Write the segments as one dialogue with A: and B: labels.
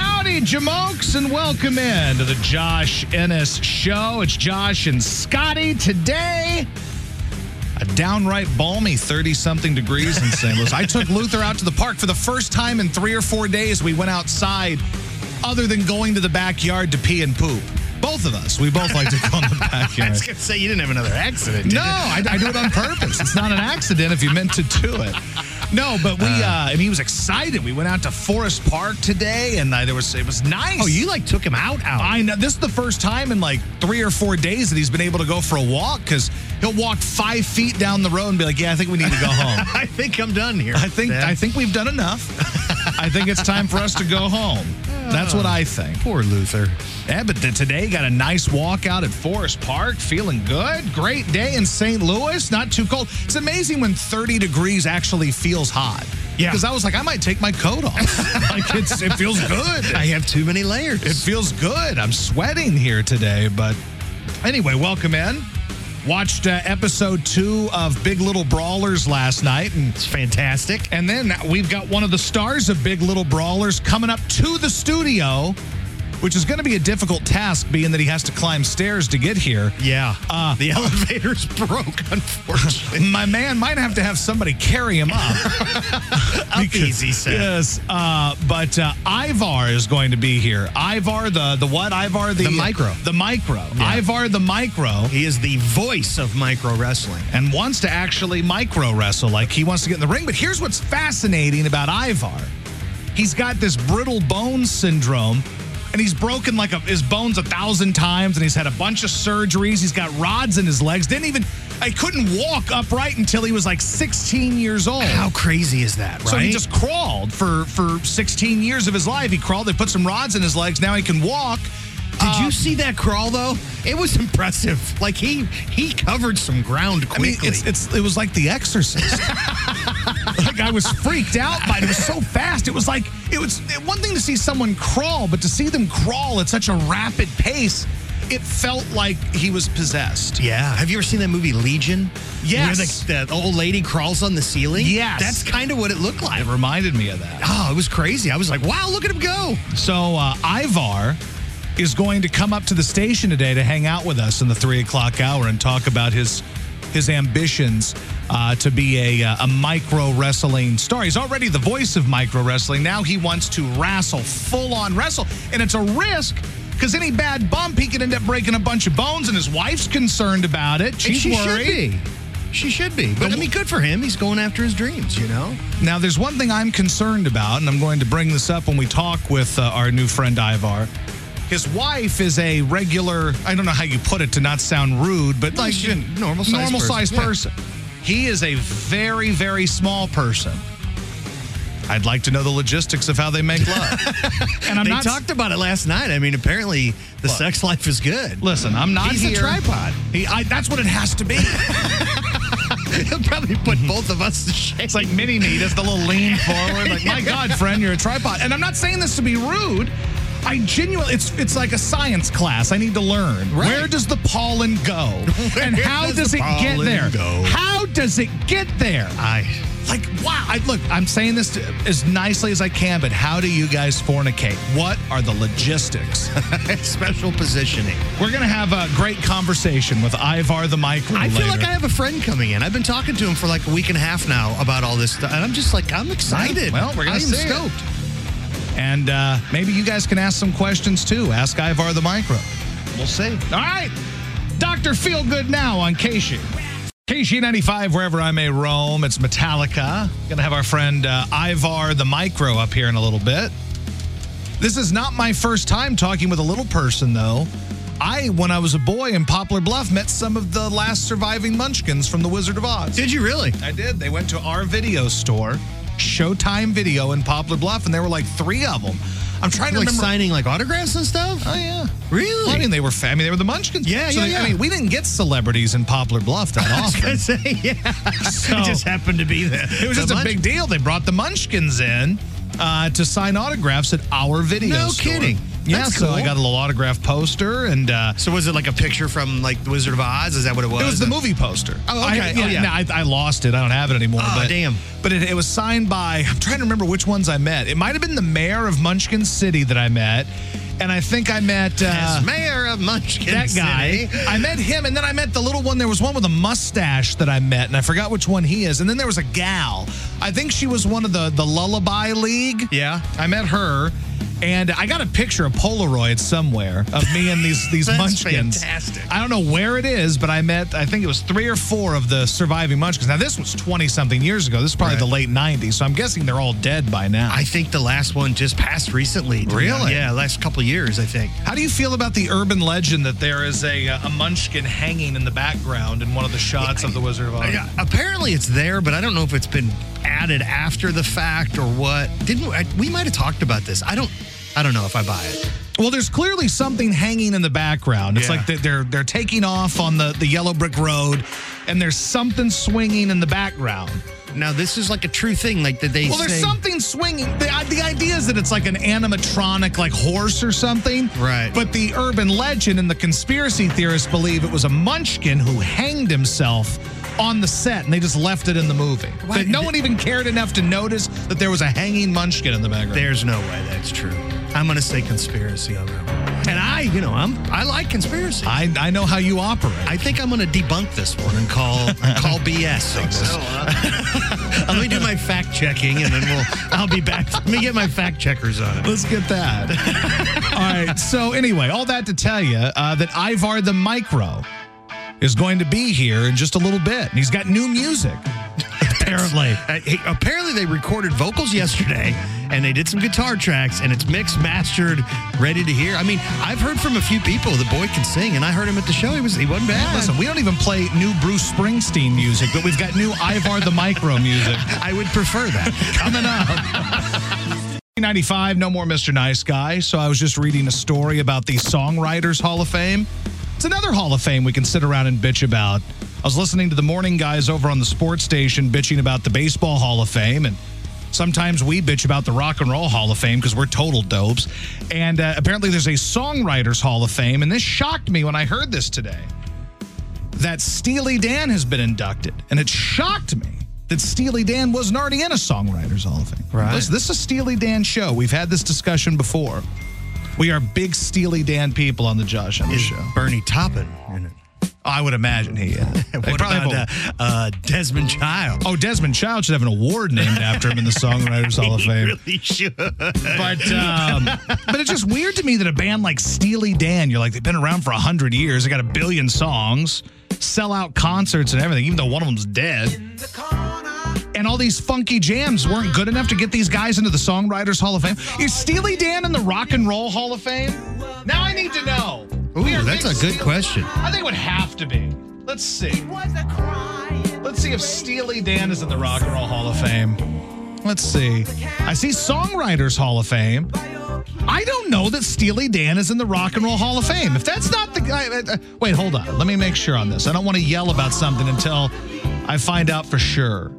A: Howdy, Jamokes, and welcome in to the Josh Ennis Show. It's Josh and Scotty today. A downright balmy 30 something degrees in St. Louis. I took Luther out to the park for the first time in three or four days. We went outside, other than going to the backyard to pee and poop. Both of us. We both like to go in the
B: I
A: backyard.
B: was gonna say you didn't have another accident. Did
A: No,
B: you?
A: I, I do it on purpose. It's not an accident if you meant to do it. No, but we. Uh, I mean, he was excited. We went out to Forest Park today, and uh, there was it was nice.
B: Oh, you like took him out out.
A: I know this is the first time in like three or four days that he's been able to go for a walk because he'll walk five feet down the road and be like, "Yeah, I think we need to go home."
B: I think I'm done here.
A: I think
B: Dad.
A: I think we've done enough. I think it's time for us to go home. That's what I think.
B: poor Luther.
A: Yeah, but th- today got a nice walk out at Forest Park, feeling good. Great day in St. Louis, not too cold. It's amazing when 30 degrees actually feels hot.
B: Yeah.
A: Because I was like, I might take my coat off. like, it's, it feels good.
B: I have too many layers.
A: It feels good. I'm sweating here today, but anyway, welcome in. Watched uh, episode two of Big Little Brawlers last night, and
B: it's fantastic.
A: and then we've got one of the stars of Big Little Brawlers coming up to the studio, which is going to be a difficult task, being that he has to climb stairs to get here.
B: Yeah.
A: Uh,
B: the elevator's broke, unfortunately.
A: My man might have to have somebody carry him up.
B: Up easy said.
A: yes, uh, but uh, Ivar is going to be here. Ivar, the the what? Ivar the,
B: The micro.
A: the micro. Ivar the micro.
B: He is the voice of micro wrestling.
A: and wants to actually micro wrestle. Like he wants to get in the ring. But here's what's fascinating about Ivar he's got this brittle bone syndrome. And he's broken like a, his bones a thousand times, and he's had a bunch of surgeries. He's got rods in his legs. Didn't even, I couldn't walk upright until he was like 16 years old.
B: How crazy is that, right?
A: So he just crawled for for 16 years of his life. He crawled. They put some rods in his legs. Now he can walk.
B: Did you see that crawl though? It was impressive. Like he he covered some ground
A: I mean,
B: quickly.
A: it's, it's it was like The Exorcist. like I was freaked out by it. It was so fast. It was like it was it- one thing to see someone crawl, but to see them crawl at such a rapid pace, it felt like he was possessed.
B: yeah. Have you ever seen that movie Legion?
A: Yes.
B: Where the, the old lady crawls on the ceiling?
A: Yes.
B: That's kind of what it looked like.
A: It reminded me of that.
B: Oh, it was crazy. I was like, wow, look at him go.
A: So uh, Ivar is going to come up to the station today to hang out with us in the three o'clock hour and talk about his his ambitions uh, to be a uh, a micro wrestling star. He's already the voice of micro wrestling. Now he wants to wrestle full on wrestle, and it's a risk. Because any bad bump, he could end up breaking a bunch of bones, and his wife's concerned about it.
B: And
A: She's
B: she
A: worried.
B: should be. She should be. But I mean, good for him. He's going after his dreams, you know?
A: Now, there's one thing I'm concerned about, and I'm going to bring this up when we talk with uh, our new friend Ivar. His wife is a regular, I don't know how you put it to not sound rude, but
B: No,
A: like
B: she's a normal-sized
A: normal sized person.
B: person,
A: He is a very, very small person. I'd like to know the logistics of how they make love. and I'm
B: they
A: not
B: talked about it last night. I mean, apparently the
A: Look.
B: sex life is good.
A: Listen, I'm not
B: He's a
A: here.
B: tripod.
A: He, I, that's what it has to be.
B: He'll probably put both of us to shame.
A: It's like mini me, just a little lean forward. Like, my God, friend, you're a tripod. And I'm not saying this to be rude. I genuinely, it's it's like a science class. I need to learn.
B: Right.
A: Where does the pollen go?
B: Where
A: and how does,
B: does the
A: it get
B: pollen
A: there?
B: go?
A: How does it get there?
B: I,
A: Like, wow. I, look, I'm saying this to, as nicely as I can, but how do you guys fornicate? What are the logistics?
B: special positioning.
A: We're going to have a great conversation with Ivar the Micro.
B: I feel like
A: later.
B: I have a friend coming in. I've been talking to him for like a week and a half now about all this stuff. And I'm just like, I'm excited.
A: Well, we're gonna
B: I am
A: see it.
B: stoked.
A: And uh, maybe you guys can ask some questions too. Ask Ivar the Micro. We'll see. All right. Dr. Feel Good Now on KSHE. KSHE 95, wherever I may roam, it's Metallica. Gonna have our friend uh, Ivar the Micro up here in a little bit. This is not my first time talking with a little person, though. I, when I was a boy in Poplar Bluff, met some of the last surviving munchkins from The Wizard of Oz.
B: Did you really?
A: I did. They went to our video store, Showtime Video in Poplar Bluff, and there were like three of them. I'm trying to
B: like
A: remember.
B: signing like autographs and stuff.
A: Oh yeah.
B: Really?
A: Well, I mean, they were family. They were the Munchkins.
B: Yeah,
A: so
B: yeah,
A: they- I
B: yeah.
A: mean, we didn't get celebrities in Poplar Bluff that
B: I was
A: often.
B: gonna say, yeah.
A: So-
B: it just happened to be there.
A: It was
B: The
A: just a
B: munch-
A: big deal. They brought the Munchkins in uh, to sign autographs at our video.
B: No
A: store.
B: kidding.
A: Yeah,
B: That's
A: so I
B: cool.
A: got a little autograph poster, and uh,
B: So was it like a picture from like The Wizard of Oz? Is that what it was?
A: it was the movie poster.
B: Oh, okay.
A: I,
B: Oh, yeah.
A: no, I, I lost it. I don't have it anymore.
B: Oh,
A: but,
B: damn.
A: But it, it was signed by. I'm trying to remember which ones I met. It might have been the mayor of Munchkin City that I met, and I think I met. Uh,
B: As mayor of Munchkin
A: that guy.
B: City.
A: I met him, and then I met the little one. There was one with a mustache that I met, and I forgot which one he is. And then there was a gal. I think she was one of the the Lullaby League.
B: Yeah.
A: I met her, and I got a picture of Polaroid somewhere of me and these these
B: That's
A: Munchkins.
B: fantastic.
A: I don't know where it is, but I met. I think it was three or four of the surviving Munchkins. Now this was twenty something years ago. This is probably
B: Right.
A: the late '90s, so I'm guessing they're all dead by now.
B: I think the last one just passed recently. to be
A: Really?
B: honest. Yeah, last couple years, I think.
A: How do you feel about the urban legend that there is a uh, a munchkin hanging in the background in one of the shots of the Wizard of Oz?
B: Yeah, uh, apparently it's there, but I don't know if it's been added after the fact or what. Didn't I, we might have talked about this? I don't. I don't know if I buy it.
A: Well, there's clearly something hanging in the background. It's
B: Yeah.
A: like they're- they're they're taking off on the the yellow brick road, and there's something swinging in the background.
B: Now this is like a true thing, like that they.
A: Well, there's
B: say-
A: something swinging. The, I- the idea is that it's like an animatronic, like horse or something.
B: Right.
A: But the urban legend and the conspiracy theorists believe it was a munchkin who hanged himself on the set and they just left it in the movie.
B: Why-
A: That no one even cared enough to notice that there was a hanging munchkin in the background.
B: There's no way that's true. I'm gonna say conspiracy on that one. And I, you know, I'm I like conspiracy. I,
A: I, I know how you operate.
B: think I'm gonna debunk this one and call call BS. on this. Let me do my fact checking and then we'll I'll be back. Let me get my fact checkers on it.
A: Let's get that. all right. So anyway, all that to tell you uh, that Ivar the Micro is going to be here in just a little bit, and he's got new music. Apparently.
B: Uh, he- apparently, they recorded vocals yesterday, and they did some guitar tracks, and it's mixed, mastered, ready to hear. I mean, I've heard from a few people the boy can sing, and I heard him at the show. He was he wasn't bad.
A: Listen, we don't even play new Bruce Springsteen music, but we've got new Ivar the Micro music.
B: I would prefer that.
A: Coming up. 95, no more Mr. Nice Guy. So I was just reading a story about the Songwriters Hall of Fame. It's another Hall of Fame we can sit around and bitch about. I was listening to the morning guys over on the sports station bitching about the Baseball Hall of Fame and Sometimes we bitch about the Rock and Roll Hall of Fame because we're total dopes. And uh, apparently, there's a Songwriters Hall of Fame. And this shocked me when I heard this today that Steely Dan has been inducted. And it shocked me that Steely Dan wasn't already in a Songwriters Hall of Fame.
B: Right.
A: Listen, this is a Steely Dan show. We've had this discussion before. We are big Steely Dan people on the Josh and the
B: Is
A: show.
B: Bernie Taupin in it?
A: I would imagine he is. They
B: What
A: probably
B: about uh,
A: have a-
B: uh, Desmond Child?
A: Oh, Desmond Child should have an award named after him in the Songwriters Hall of
B: he
A: Fame.
B: really should.
A: But um, but it's just weird to me that a band like Steely Dan, you're like they've been around for hundred years, they got a billion songs, sell out concerts and everything, even though one of them's dead. And all these funky jams weren't good enough to get these guys into the Songwriters Hall of Fame. Is Steely Dan in the Rock and Roll Hall of Fame? Now I need to know.
B: Ooh,
A: We are
B: that's
A: big
B: a good
A: Steely-
B: question.
A: I think it would have to be. Let's see. Let's see if Steely Dan is in the Rock and Roll Hall of Fame. Let's see. I see Songwriters Hall of Fame. I don't know that Steely Dan is in the Rock and Roll Hall of Fame. If that's not the guy, uh, uh, wait, hold on. Let me make sure on this. I don't want to yell about something until I find out for sure.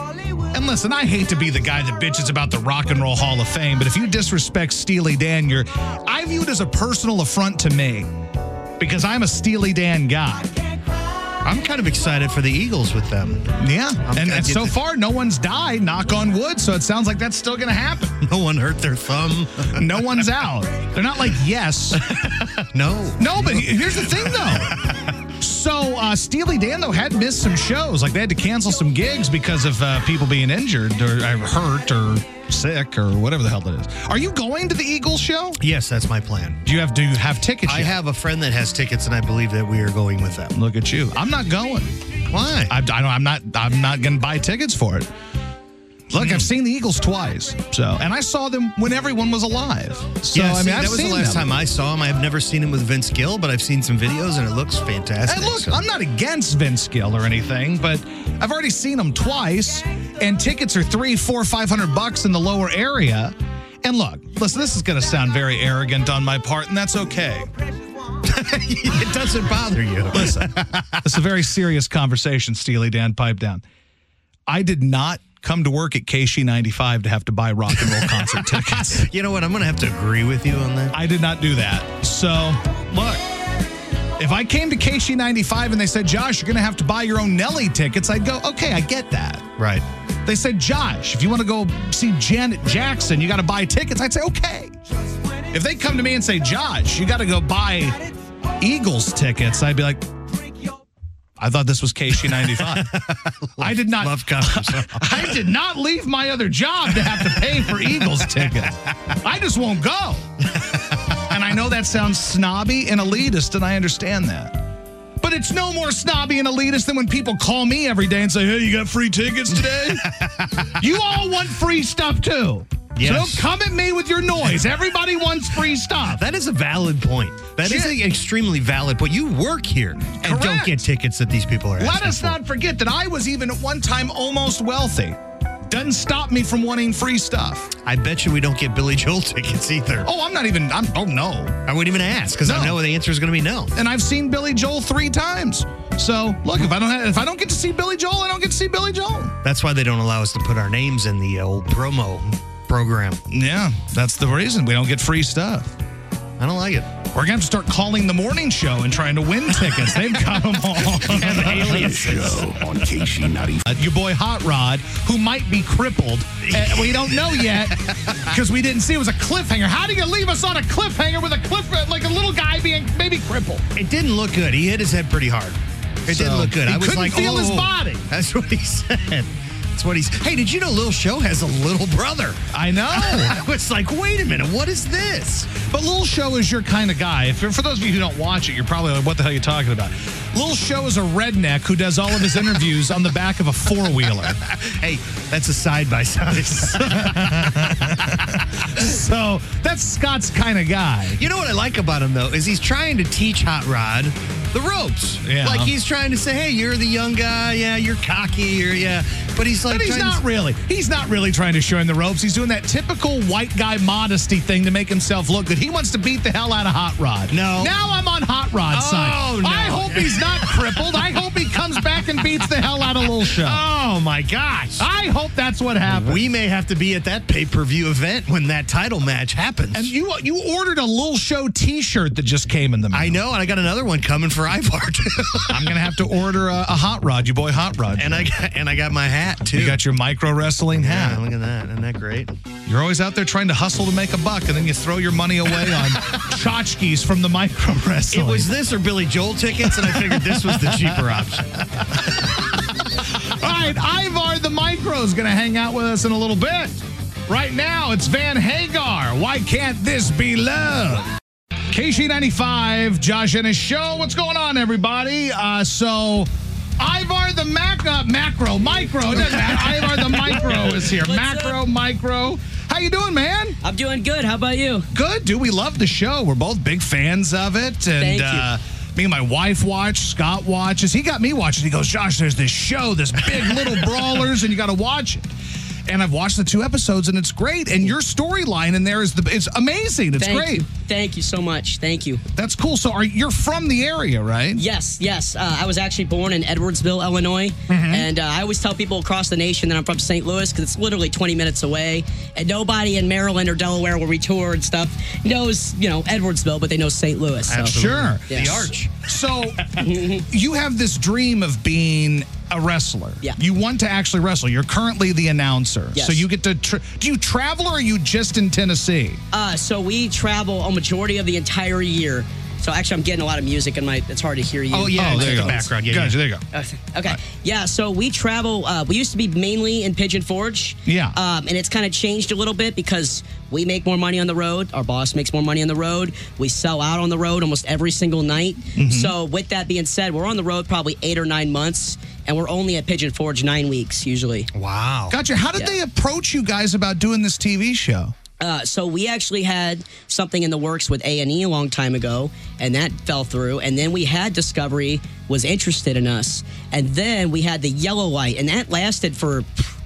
A: And listen, I hate to be the guy that bitches about the Rock and Roll Hall of Fame, but if you disrespect Steely Dan, you're I view it as a personal affront to me because I'm a Steely Dan guy.
B: I'm kind of excited for the Eagles with them.
A: Yeah, and,
B: I
A: and
B: get
A: so
B: that.
A: far, no one's died. Knock on wood. So it sounds like that's still going to happen.
B: No one hurt their thumb.
A: No one's out. They're not like yes.
B: No.
A: No, but he- here's the thing though. So uh, Steely Dan though had missed some shows. Like they had to cancel some gigs because of uh, people being injured or uh, hurt or sick or whatever the hell it is. Are you going to the Eagles show?
B: Yes, that's my plan.
A: Do you have do you have tickets?
B: I
A: yet?
B: have a friend that has tickets, and I believe that we are going with them.
A: Look at you. I'm not going.
B: Why?
A: I, I don't, I'm not. I'm not going to buy tickets for it. Look, I've seen the Eagles twice, so and I saw them when everyone was alive. So
B: yeah,
A: I mean,
B: see,
A: I've
B: that was
A: seen
B: the last
A: them.
B: time I saw him. I've never seen him with Vince Gill, but I've seen some videos, and it looks fantastic.
A: And look,
B: so-
A: I'm not against Vince Gill or anything, but I've already seen him twice, and tickets are three, four, five hundred bucks in the lower area. And look, listen, this is going to sound very arrogant on my part, and that's okay.
B: it doesn't bother you.
A: Listen, it's a very serious conversation, Steely Dan. Pipe down. I did not come to work at KC95 to have to buy rock and roll concert tickets.
B: You know what? I'm going to have to agree with you on that.
A: I did not do that. So, look, if I came to KC95 and they said, Josh, you're going to have to buy your own Nelly tickets, I'd go, okay, I get that.
B: Right.
A: They said, Josh, if you want to go see Janet Jackson, you got to buy tickets. I'd say, okay. If they come to me and say, Josh, you got to go buy Eagles tickets, I'd be like, I thought this was KC95. I did not
B: Love covers.
A: I did not leave my other job to have to pay for Eagles tickets. I just won't go. And I know that sounds snobby and elitist, and I understand that. But it's no more snobby and elitist than when people call me every day and say, hey, you got free tickets today? you all want free stuff too. So
B: Yes.
A: don't come at me with your noise. Everybody wants free stuff.
B: that is a valid point. That is
A: Shit.
B: an extremely valid point. You work here and don't
A: Correct.
B: get tickets that these people are
A: Let
B: asking
A: us
B: for.
A: not forget that I was even at one time almost wealthy. Doesn't stop me from wanting free stuff.
B: I bet you we don't get Billy Joel tickets either.
A: Oh, I'm not even, I'm, oh no.
B: I wouldn't even ask because I
A: No.
B: know the answer is going to be no.
A: and I've seen Billy Joel three times. So look, if I don't have, if I don't get to see Billy Joel, I don't get to see Billy Joel.
B: That's why they don't allow us to put our names in the uh, old promo program.
A: Yeah, that's the reason we don't get free stuff.
B: I don't like it.
A: We're gonna have to start calling the morning show and trying to win tickets. They've got them all.
C: Show on KC95.
A: Uh, your boy Hot Rod, who might be crippled, uh, we don't know yet because we didn't see. It was a cliffhanger. How do you leave us on a cliffhanger with a cliff like a little guy being maybe crippled?
B: It didn't look good. He hit his head pretty hard. It
A: So,
B: didn't look good.
A: he
B: I was
A: couldn't
B: like,
A: feel
B: oh,
A: his body.
B: That's what he said. That's what he's. Hey, did you know Lil Show has a little brother?
A: I know.
B: I was like, wait a minute, what is this?
A: But Lil Show is your kind of guy. If, for those of you who don't watch it, you're probably like, what the hell are you talking about? Lil Show is a redneck who does all of his interviews on the back of a four wheeler.
B: Hey, that's a side by side.
A: So that's Scott's kind of guy.
B: You know what I like about him though is he's trying to teach Hot Rod the ropes.
A: Yeah.
B: Like he's trying to say, hey, you're the young guy. Yeah, you're cocky. You're yeah. But he's like,
A: But he's
B: trying to-
A: not really. He's not really trying to show him the ropes. He's doing that typical white guy modesty thing to make himself look good. He wants to beat the hell out of Hot Rod.
B: No.
A: Now I'm on Hot Rod's
B: Oh,
A: side.
B: no.
A: I hope he's not crippled. I hope he comes back and beats the hell out of Lil Show.
B: Oh my gosh.
A: I hope that's what happens.
B: We may have to be at that pay per view event when that title match happens.
A: And you you ordered a Lil Show T-shirt that just came in the mail.
B: I know, and I got another one coming for Ivar too.
A: I'm gonna have to order a, a hot rod, you boy, hot rod.
B: and I got, and I got my hat too.
A: you got your micro wrestling
B: yeah,
A: hat.
B: look at that. Isn't that great?
A: You're always out there trying to hustle to make a buck, and then you throw your money away on tchotchkes from the micro
B: It
A: wrestling.
B: was this or Billy Joel tickets, and I figured this was the cheaper option.
A: all right. Ivar the micro is gonna hang out with us in a little bit. Right now, it's Van Hagar. Why can't this be love? KC95, Josh and his show. What's going on, everybody? Uh, so, Ivar the mac- uh, macro, micro, it doesn't matter. Ivar the micro is here.
D: What's
A: macro,
D: up?
A: micro. How you doing, man?
D: I'm doing good. How about you?
A: Good, dude. We love the show. We're both big fans of it. And
D: Thank you.
A: uh me and my wife watch, Scott watches. He got me watching. He goes, Josh, there's this show, this big little brawlers, and you gotta watch it. And I've watched the two episodes and it's great. And your storyline in there is the it's amazing. It's
D: Thank
A: great.
D: you. Thank you so much. Thank you.
A: That's cool. So are you're from the area, right?
D: Yes, yes. Uh, I was actually born in Edwardsville, Illinois,
B: Mm-hmm.
D: and uh, I always tell people across the nation that I'm from St. Louis because it's literally 20 minutes away, and nobody in Maryland or Delaware where we tour and stuff knows, you know, Edwardsville, but they know St. Louis. So.
A: Sure.
D: Yes.
B: The arch.
A: So you have this dream of being a wrestler.
D: Yeah.
A: You want to actually wrestle. You're currently the announcer.
D: Yes.
A: So you get to tra- do you travel or are you just in Tennessee?
D: Uh, so we travel a majority of the entire year. So actually, I'm getting a lot of music in my. It's hard to hear you.
B: Oh, yeah,
A: oh,
B: it's
A: there you
B: the
A: go.
B: background. Yeah,
A: Gotcha,
B: yeah.
A: There you go.
D: Okay. Okay. Yeah. So we travel. Uh, we used to be mainly in Pigeon Forge.
A: Yeah.
D: Um, and it's kind of changed a little bit because we make more money on the road. Our boss makes more money on the road. We sell out on the road almost every single night. So with that being said, we're on the road probably eight or nine months, and we're only at Pigeon Forge nine weeks usually.
B: Wow.
A: Gotcha. How did
D: Yeah.
A: they approach you guys about doing this TV show?
D: Uh, so we actually had something in the works with A and E a long time ago, and that fell through. And then we had Discovery was interested in us, and then we had the Yellow Light, and that lasted for pff,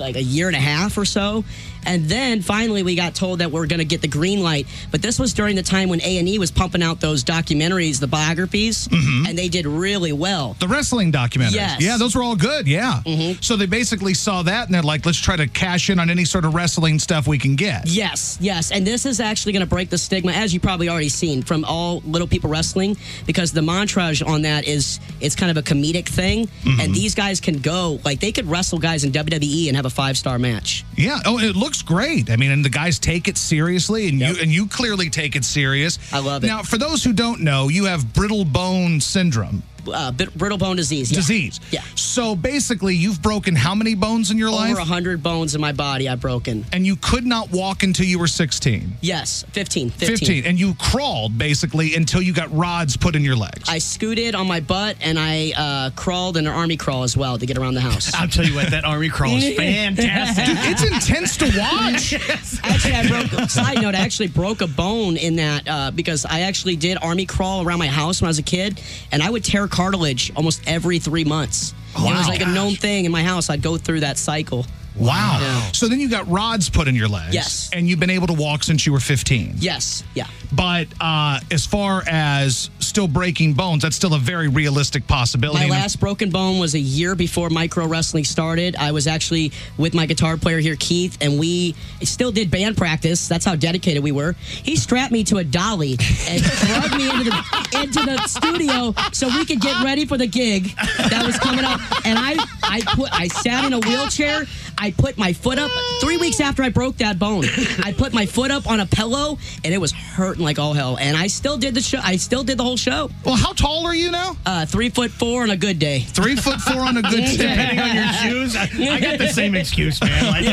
D: like a year and a half or so. And then finally, we got told that we're going to get the green light. But this was during the time when A and E was pumping out those documentaries, the biographies, and they did really well.
A: The wrestling documentaries.
D: Yes. Mm-hmm.
A: Yeah, those were all good. Yeah. So they basically saw that and they're like, let's try to cash in on any sort of wrestling stuff we can get.
D: Yes, yes. And this is actually going to break the stigma, as you probably already seen from all Little People Wrestling, because the montage on that is it's kind of a comedic thing. And these guys can go, like, they could wrestle guys in WWE and have a five star match.
A: Yeah. Oh, it looks great. I mean, and the guys take it seriously, and
D: Yep.
A: you and you clearly take it serious.
D: I love it.
A: Now, for those who don't know, you have brittle bone syndrome
D: Uh, bit, brittle bone disease. yeah.
A: disease.
D: Yeah.
A: So basically, you've broken how many bones in your
D: Over
A: life?
D: 100 bones in my body I've broken.
A: And you could not walk until you were 16.
D: Yes, 15. 15.
A: 15. And you crawled basically until you got rods put in your legs.
D: I scooted on my butt and I uh, crawled in an army crawl as well to get around the house.
B: I'll tell you what, that army crawl is fantastic.
A: it's intense to watch.
D: actually, I broke. side note, I actually broke a bone in that uh, because I actually did army crawl around my house when I was a kid, and I would tear cartilage almost every three months. And it was
A: Wow.
D: like a known thing in my house. I'd go through that cycle.
A: Wow.
D: Yeah.
A: So then you got rods put in your legs.
D: Yes.
A: And you've been able to walk since you were 15.
D: Yes, yeah,
A: But uh, as far as still breaking bones, that's still a very realistic possibility.
D: my
A: And
D: last broken bone was a year before micro wrestling started. I was actually with my guitar player here, Keith, and we still did band practice. That's how dedicated we were. He strapped me to a dolly and dragged me into the into the studio so we could get ready for the gig that was coming up. And I I put I sat in a wheelchair. I put my foot up three weeks after I broke that bone. I put my foot up on a pillow and it was hurting like all hell. And I still did the show. I still did the whole show.
A: Well, how tall are you now?
D: Uh, three foot four on a good day.
A: Three foot four on a good day.
B: Depending on your shoes, I, I got the same excuse, man. Like,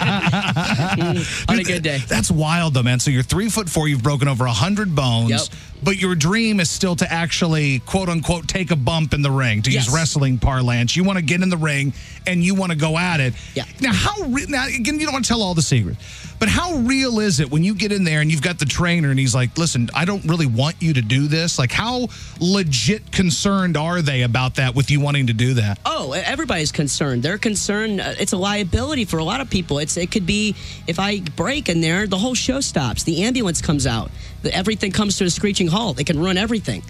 D: on a good day.
A: That's wild, though, man. So you're three foot four. You've broken over a hundred bones,
D: Yep.
A: but your dream is still to actually, quote unquote, take a bump in the ring. To
D: Yes.
A: use wrestling parlance, you want to get in the ring and you want to go at it.
D: Yeah.
A: Now, how? Re- now, again, you don't want to tell all the secrets, but how real is it when you get in there and you've got the trainer and he's like, "Listen, I don't really want you to do this." Like, how legit concerned are they about that with you wanting to do that?
D: Oh, everybody's concerned. They're concerned. uh, It's a liability for a lot of people. It's it could be if I break in there, the whole show stops. The ambulance comes out. The, everything comes to a screeching halt. It can ruin everything.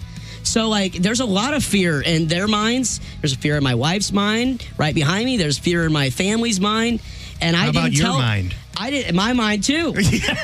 D: So like, there's a lot of fear in their minds. There's a fear in my wife's mind right behind me. There's fear in my family's mind. And I
B: How about
D: didn't
B: your
D: tell
B: mind?
D: I did in my mind too.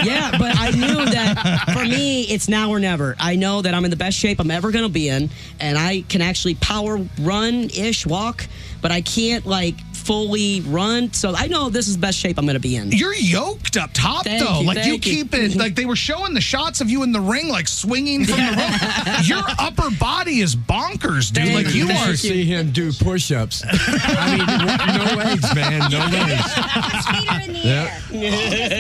D: yeah, but I knew that for me, it's now or never. I know that I'm in the best shape I'm ever gonna be in, and I can actually power run ish walk, but I can't like fully run. So I know this is the best shape I'm gonna be in.
A: You're yoked up top
D: Thank
A: though.
D: you,
A: like you
D: thank you.
A: keep it like they were showing the shots of you in the ring, like swinging from the rope. Your upper body is bonkers, dude.
D: Thank
A: like
D: you,
A: you
D: thank
A: are.
D: you.
E: see him do push-ups. I mean, no legs, man, no legs.
F: Feet are in the
E: Yeah.
F: air. It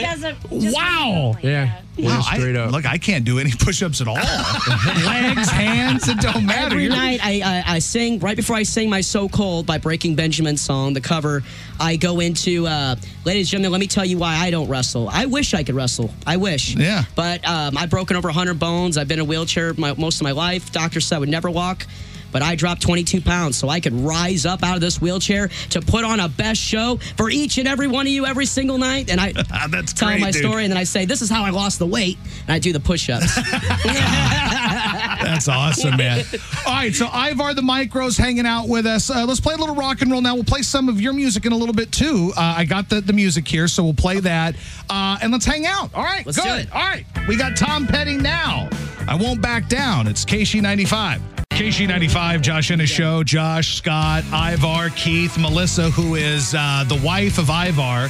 F: just doesn't- just
A: Wow.
F: doesn't like
E: Yeah,
F: that.
E: yeah,
A: I-
E: straight up.
A: Look, I can't do any push-ups at all. Legs, hands, it don't matter.
D: Every
A: You're-
D: night I, I, I sing, right before I sing my So Cold by Breaking Benjamin's song, the cover, I go into, uh, ladies and gentlemen, let me tell you why I don't wrestle. I wish I could wrestle. I wish.
A: Yeah.
D: But um, I've broken over 100 bones. I've been in a wheelchair my, most of my life. Doctor said I would never walk. But I dropped 22 pounds, so I could rise up out of this wheelchair to put on a best show for each and every one of you every single night. And I
A: That's
D: tell
A: great,
D: my
A: dude.
D: story, and then I say, "This is how I lost the weight," and I do the push-ups.
A: That's awesome, man. All right, so Ivar the Micros hanging out with us. Uh, let's play a little rock and roll now. We'll play some of your music in a little bit too. Uh, I got the, the music here, so we'll play that. Uh, and let's hang out. All right,
D: Let's do
A: good.
D: it.
A: All right, we got Tom Petty now. I won't back down. It's KC95. KC95, Josh in his show. Josh, Scott, Ivar, Keith, Melissa, who is uh, the wife of Ivar,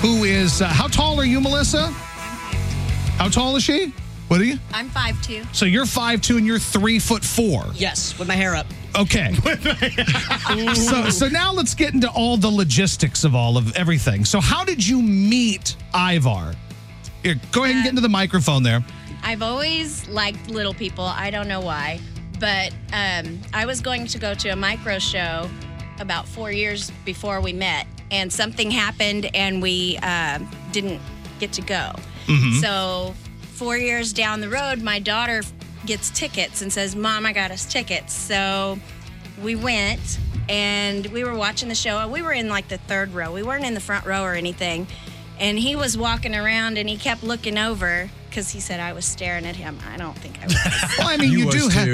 A: who is, uh, how tall are you, Melissa? How tall is she? What are you?
F: I'm 5'2".
A: So you're five two and you're three foot four.
D: yes, with my hair up.
A: Okay. so so now let's get into all the logistics of all of everything. So how did you meet Ivar? Here, go ahead and get into the microphone there.
F: I've always liked little people. I don't know why, but um, I was going to go to a micro show about four years before we met, and something happened, and we um didn't get to go. So, four years down the road, my daughter gets tickets and says, "Mom, I got us tickets." So, we went and we were watching the show. We were in like the third row. We weren't in the front row or anything. And he was walking around and he kept looking over because he said I was staring at him. I don't think I was.
A: Well, I mean, you, do
E: was
A: have.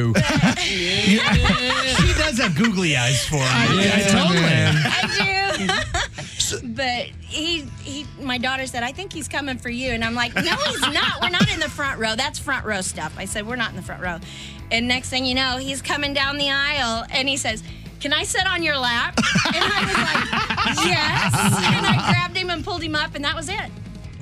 E: too.
B: she does have googly eyes for him.
E: Yeah, man.
F: I do. but he he my daughter said, I think he's coming for you. And I'm like, No, he's not. We're not in the front row. That's front row stuff. I said, We're not in the front row. And next thing you know, he's coming down the aisle and he says, Can I sit on your lap? And I was like, Yes. And I grabbed him and pulled him up and that was it.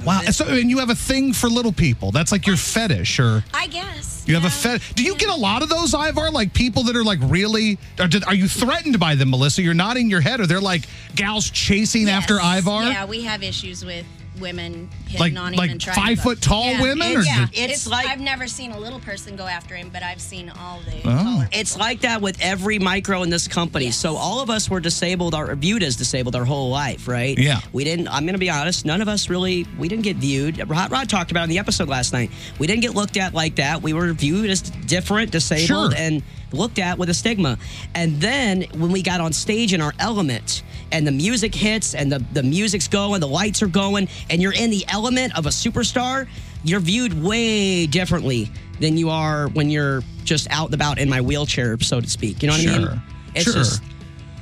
A: Wow. So, and you have a thing for little people. That's like your fetish, or
F: I guess.
A: you have a
F: yeah.
A: fetish. Do you get a lot of those, Ivar? Like people that are like really. Are, did- are you threatened by them, Melissa? You're nodding your head, or they're like gals chasing
F: Yes.
A: after Ivar?
F: Yeah, we have issues with women hitting
A: Like-
F: on him
A: like
F: and trying
A: five
F: to-
A: foot tall
F: Yeah.
A: women, or
F: It's, yeah,
A: just-
F: it's,
D: It's like-
F: like I've never seen a little person go after him, but I've seen all the.
A: Oh.
D: It's like that with every micro in this company. So all of us were disabled, are viewed as disabled our whole life, right?
A: Yeah.
D: We didn't. I'm gonna be honest. None of us really. We didn't get viewed. Hot Rod talked about it in the episode last night. We didn't get looked at like that. We were viewed as different, disabled,
A: Sure.
D: and looked at with a stigma. And then when we got on stage in our element. And the music hits, and the, the music's going, the lights are going, and you're in the element of a superstar. You're viewed way differently than you are when you're just out and about in my wheelchair, so to speak. You know what I mean?
A: Sure.
D: It's
A: sure.
D: just-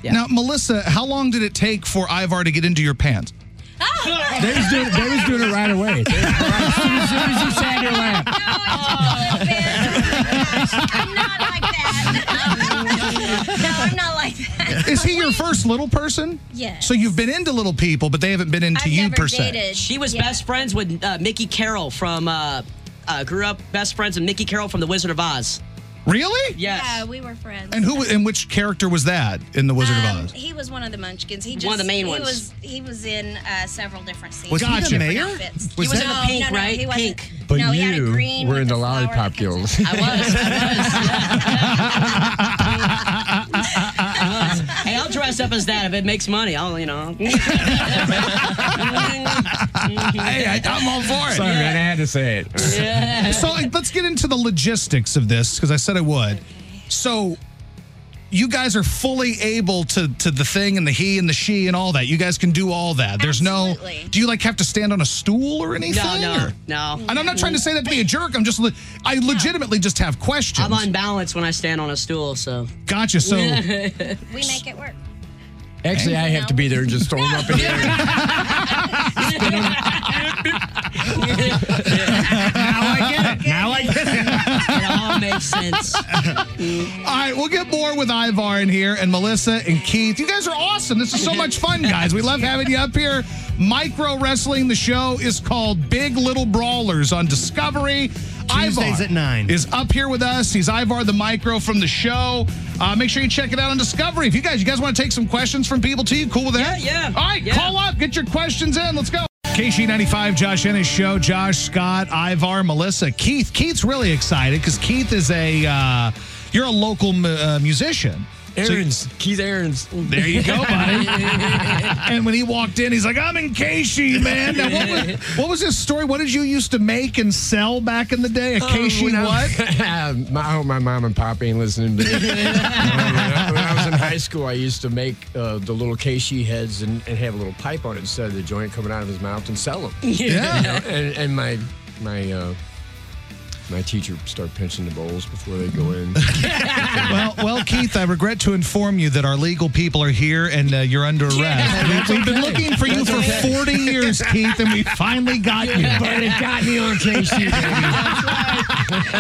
D: yeah.
A: Now, Melissa, how long did it take for Ivar to get into your pants?
E: They was doing, they was doing it right away. They- right, as soon as you sat in your lap.
F: No, I took a little bit. I'm not like that. Oh no, I'm not like that.
A: Is he your first little person?
F: Yes.
A: So you've been into little people, but they haven't been into
F: I've
A: you
F: never
A: per se.
F: dated.
D: She was
F: yeah.
D: best friends with uh, Mickey Carroll from, uh, uh, grew up best friends with Mickey Carroll from The Wizard of Oz.
A: Really?
D: Yes.
F: Yeah, we were friends.
A: And who and which character was that in The Wizard
F: Um,
A: of Oz?
F: He was one of the Munchkins. He
D: One
F: just,
D: of the main
F: he
D: ones.
F: Was, he was in uh, several different scenes.
B: Was he the
F: He different
B: mayor?
F: outfits.
B: Was
F: he was
B: that-
D: in
F: no,
D: the pink,
F: no, no,
D: right?
F: He wasn't.
D: Pink.
E: But
F: no, he had a
E: you
F: green
E: were
F: with
E: in the
F: flower that
E: lollipop
F: comes
E: guild.
F: out.
D: I was. I was. I was. Hey, I'll dress up as that if it makes money. I'll, you know.
A: Hey, I, I'm all for
E: Sorry, man, I had to say it.
A: so like, let's get into the logistics of this because I said I would. So you guys are fully able to to the thing and the he and the she and all that. You guys can do all that. There's
F: Absolutely.
A: no. Do you like have to stand on a stool or anything?
D: No, no,
A: or-
D: no.
A: And I'm not trying to say that to be a jerk. I'm just, le- I legitimately just have questions.
D: I'm on balance when I stand on a stool, so.
A: Gotcha. So,
F: We make it work.
E: Actually, I have to be there and just storm up in the air.
B: Now I get it.
D: It all makes sense.
A: all right, we'll get more with Ivar in here and Melissa and Keith. You guys are awesome. This is so much fun, guys. We love having you up here. Micro Wrestling, the show is called Big Little Brawlers on Discovery.
B: Tuesdays
A: Ivar
B: at 9.
A: is up here with us. He's Ivar the Micro from the show. Uh, make sure you check it out on Discovery. If you guys, you guys want to take some questions from people too, cool with that?
D: Yeah, yeah.
A: All right,
D: Yeah.
A: call up, get your questions in. Let's go. KC95, Josh Ennis show, Josh, Scott, Ivar, Melissa, Keith. Keith's really excited because Keith is a, uh, you're a local mu- uh, musician. So-
E: Aaron's, Keith Aaron's.
A: there you go, buddy. and when he walked in, he's like, I'm in Keishi, man. Now, what, was, what was his story? What did you used to make and sell back in the day?
D: Oh,
A: A Keishi what?
E: what? I hope my mom and pop ain't listening. But um, when, I, when I was in high school, I used to make uh, the little Keishi heads and, and have a little pipe on it instead of the joint coming out of his mouth and sell them.
A: Yeah.
E: and, and my my uh, my teacher would start pinching the bowls before they go in.
A: Mm-hmm. well, well, Keith, I regret to inform you that our legal people are here and uh, you're under arrest. we, have been looking for you for 40 years, Keith, and we finally got you.
E: but it got me on Keishi, baby.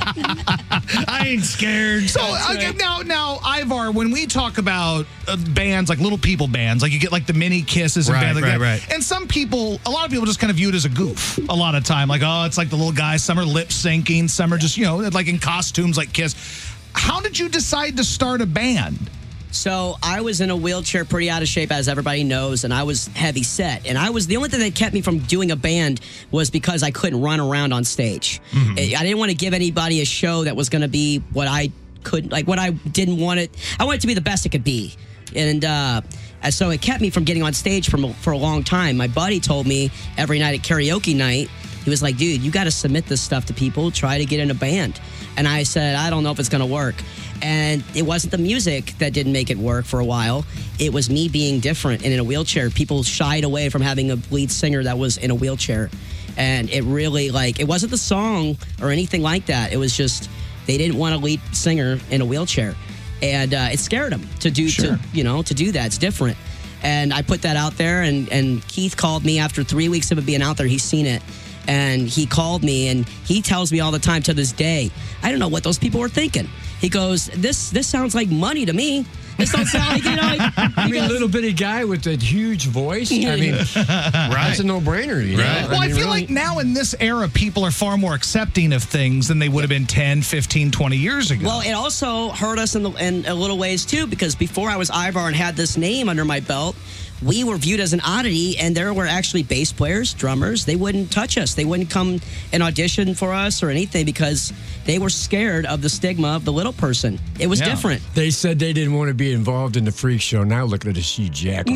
B: I ain't scared.
A: So okay, now, now, Ivar, when we talk about uh, bands like little people bands, like you get like the mini kisses and
B: Right,
A: bands like
B: right,
A: that.
B: right.
A: And some people, a lot of people, just kind of view it as a goof. A lot of time, like oh, it's like the little guys. Some are lip syncing, some are just you know like in costumes, like Kiss. How did you decide to start a band?
D: So I was in a wheelchair, pretty out of shape, as everybody knows, and I was heavy set. And I was the only thing that kept me from doing a band was because I couldn't run around on stage. I I didn't want to give anybody a show that was going to be what I couldn't, like what I didn't want it. I wanted it to be the best it could be, and uh, and so it kept me from getting on stage for mo- for a long time. My buddy told me every night at karaoke night. He was like, dude, you got to submit this stuff to people, try to get in a band. And I said, I don't know if it's going to work. And it wasn't the music that didn't make it work for a while. It was me being different and in a wheelchair. People shied away from having a lead singer that was in a wheelchair. And it really, like, it wasn't the song or anything like that. It was just they didn't want a lead singer in a wheelchair. And uh, it scared them to do, to, you know, to do that. It's different. And I put that out there, and, and Keith called me after three weeks of it being out there. He's seen it and he called me and he tells me all the time to this day i don't know what those people were thinking he goes this this sounds like money to me this don't sound like you know like,
E: I
D: he
E: mean,
D: goes-
E: little bitty guy with that huge voice. I mean, that's a no-brainer. You know?
B: Right.
A: Well, I,
E: mean,
A: feel
E: really-
A: like now in this era, people are far more accepting of things than they would have been 10, 15, 20 years ago.
D: well it also hurt us in, the, in a little ways too because before i was ivar and had this name under my belt we were viewed as an oddity and there were actually bass players drummers they wouldn't touch us they wouldn't come and audition for us or anything because they were scared of the stigma of the little person it was
A: Yeah.
D: different
E: They said they didn't want to be involved in the freak show. Now look at us, she jack.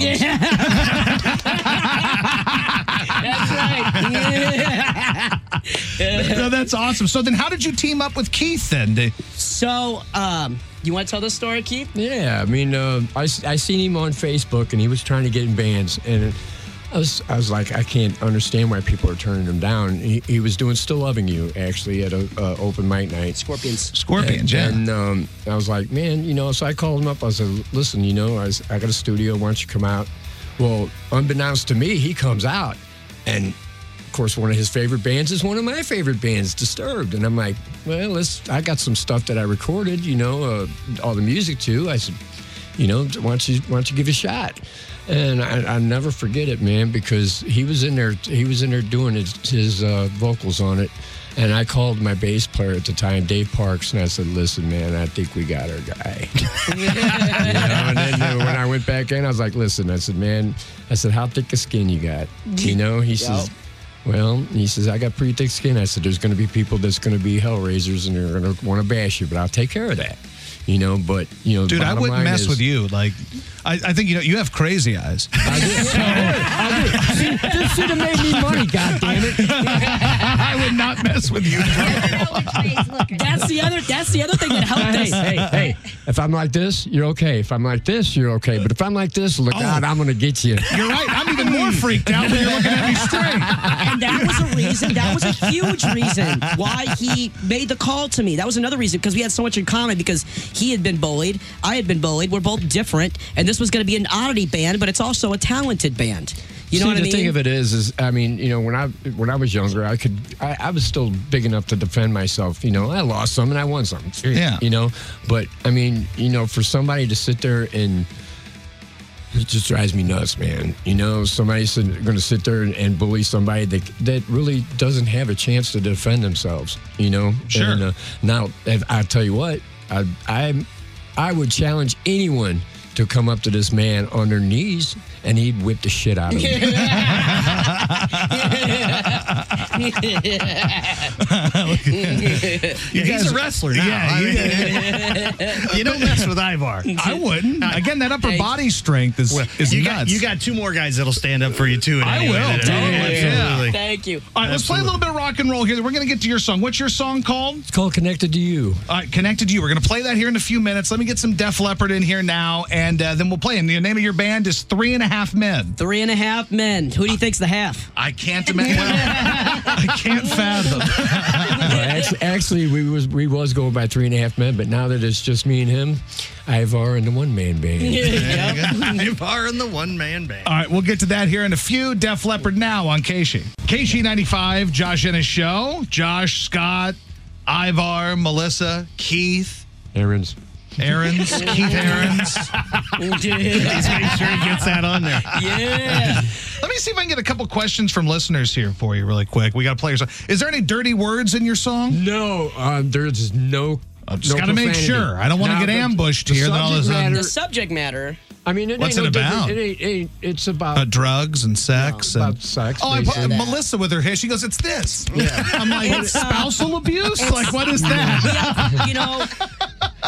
D: that's right
A: no, that's awesome. So then, how did you team up with Keith then? Did-
D: So, um, you want to tell this story, Keith?
E: Yeah, I mean, uh, I, s- I seen him on Facebook and he was trying to get in bands. And I was, I was like, I can't understand why people are turning him down. He, he was doing Still Loving You, actually, at an uh, open mic night.
D: Scorpions.
A: Scorpions, yeah.
E: And um, I was like, man, you know, so I called him up. I was like, listen, you know, I, was, I got a studio. Why don't you come out? Well, unbeknownst to me, he comes out. And of course, one of his favorite bands is one of my favorite bands, Disturbed. And I'm like, well, let's, I got some stuff that I recorded, you know, uh, all the music to. I said, you know, why don't you, why don't you give it a shot? And I, I never forget it, man, because he was in there, he was in there doing his, his uh, vocals on it. And I called my bass player at the time, Dave Parks, and I said, "Listen, man, I think we got our guy." You know, and then uh, when I went back in, I was like, "Listen," I said, "Man," I said, "How thick a skin you got?" You know, he says. Well, he says, I got pretty thick skin. I said, there's going to be people that's going to be hellraisers and they're going to want to bash you, but I'll take care of that. You know, but, you know,
A: Dude, I
E: bottom
A: wouldn't
E: line
A: mess
E: is-
A: with you. Like, I, I think you know you have crazy eyes.
E: I did. I did. See, this should have made me money, goddammit.
A: I would not mess with you.
D: That's the other. That's the other thing that helped us.
E: hey, if I'm like this, you're okay. If I'm like this, you're okay. But if I'm like this, look out, I'm going to get you.
A: You're right. I'm even more freaked out when you're looking at me straight.
D: and that was a reason. That was a huge reason why he made the call to me. That was another reason because we had so much in common. Because he had been bullied, I had been bullied. We're both different, and this was going to be an oddity band, but it's also a talented band. You know
E: See,
D: what I
E: the
D: mean?
E: thing of it is, is I mean, you know, when I when I was younger, I could, I, I was still big enough to defend myself. You know, I lost some and I won some.
A: Yeah.
E: You know, but I mean, you know, for somebody to sit there and it just drives me nuts, man. You know, somebody's going to sit there and, and bully somebody that that really doesn't have a chance to defend themselves. You know,
A: Sure.
E: And, uh, now, if, I tell you what, I I I would challenge anyone to come up to this man on their knees, and he'd whip the shit out of him.
A: You
B: he's
A: guys-
B: a wrestler now.
A: Yeah,
B: I
A: you-
B: You don't mess with Ivar.
A: I wouldn't. Again, that upper
D: Hey.
A: body strength is, is
B: you
A: nuts.
B: got you got two more guys that'll stand up for you too. in
A: I
B: any way
A: will,
B: that-
A: totally, yeah.
B: absolutely.
D: Thank you.
A: All right, let's play a little bit of rock and roll here. We're going to get to your song. What's your song called?
E: It's called Connected to You.
A: All right, connected to you. We're going to play that here in a few minutes. Let me get some Def Leppard in here now, and uh, then we'll play. And the name of your band is Three and a Half Men.
D: Three and a half men. Who do you think's the half?
A: I can't imagine. I can't fathom.
E: actually, actually, we was we was going by three and a half men, but now that it's just me and him, Ivar and the one man band.
B: Ivar and the one man band.
A: All right, we'll get to that here in a few. Def Leppard now on Casey. Casey 95, Josh in his show. Josh, Scott, Ivar, Melissa, Keith,
E: Aaron's.
A: Aaron's, Keith Aaron's.
B: Please make sure he gets that on there.
D: yeah.
A: Let me see if I can get a couple questions from listeners here for you really quick. We got to play your song. Is there any dirty words in your song?
E: No, uh, there's no.
A: just
E: no
A: gotta make
E: profanity.
A: sure. I don't wanna
E: No,
A: get
E: the-
A: ambushed
E: the
A: here, then all of a
E: subject
A: sudden-
D: The
E: matter-
D: subject matter.
E: I mean, it
A: What's
E: ain't
A: it
E: no different.
A: about?
E: It ain't, ain't- it's about.
A: Uh, drugs and sex
E: No,
A: and
E: about sex,
A: Oh, I put,
E: basically.
A: Melissa with her hair. She goes, "It's this." I'm like,
D: It's, uh,
A: spousal abuse? Like, what is that?
D: You know,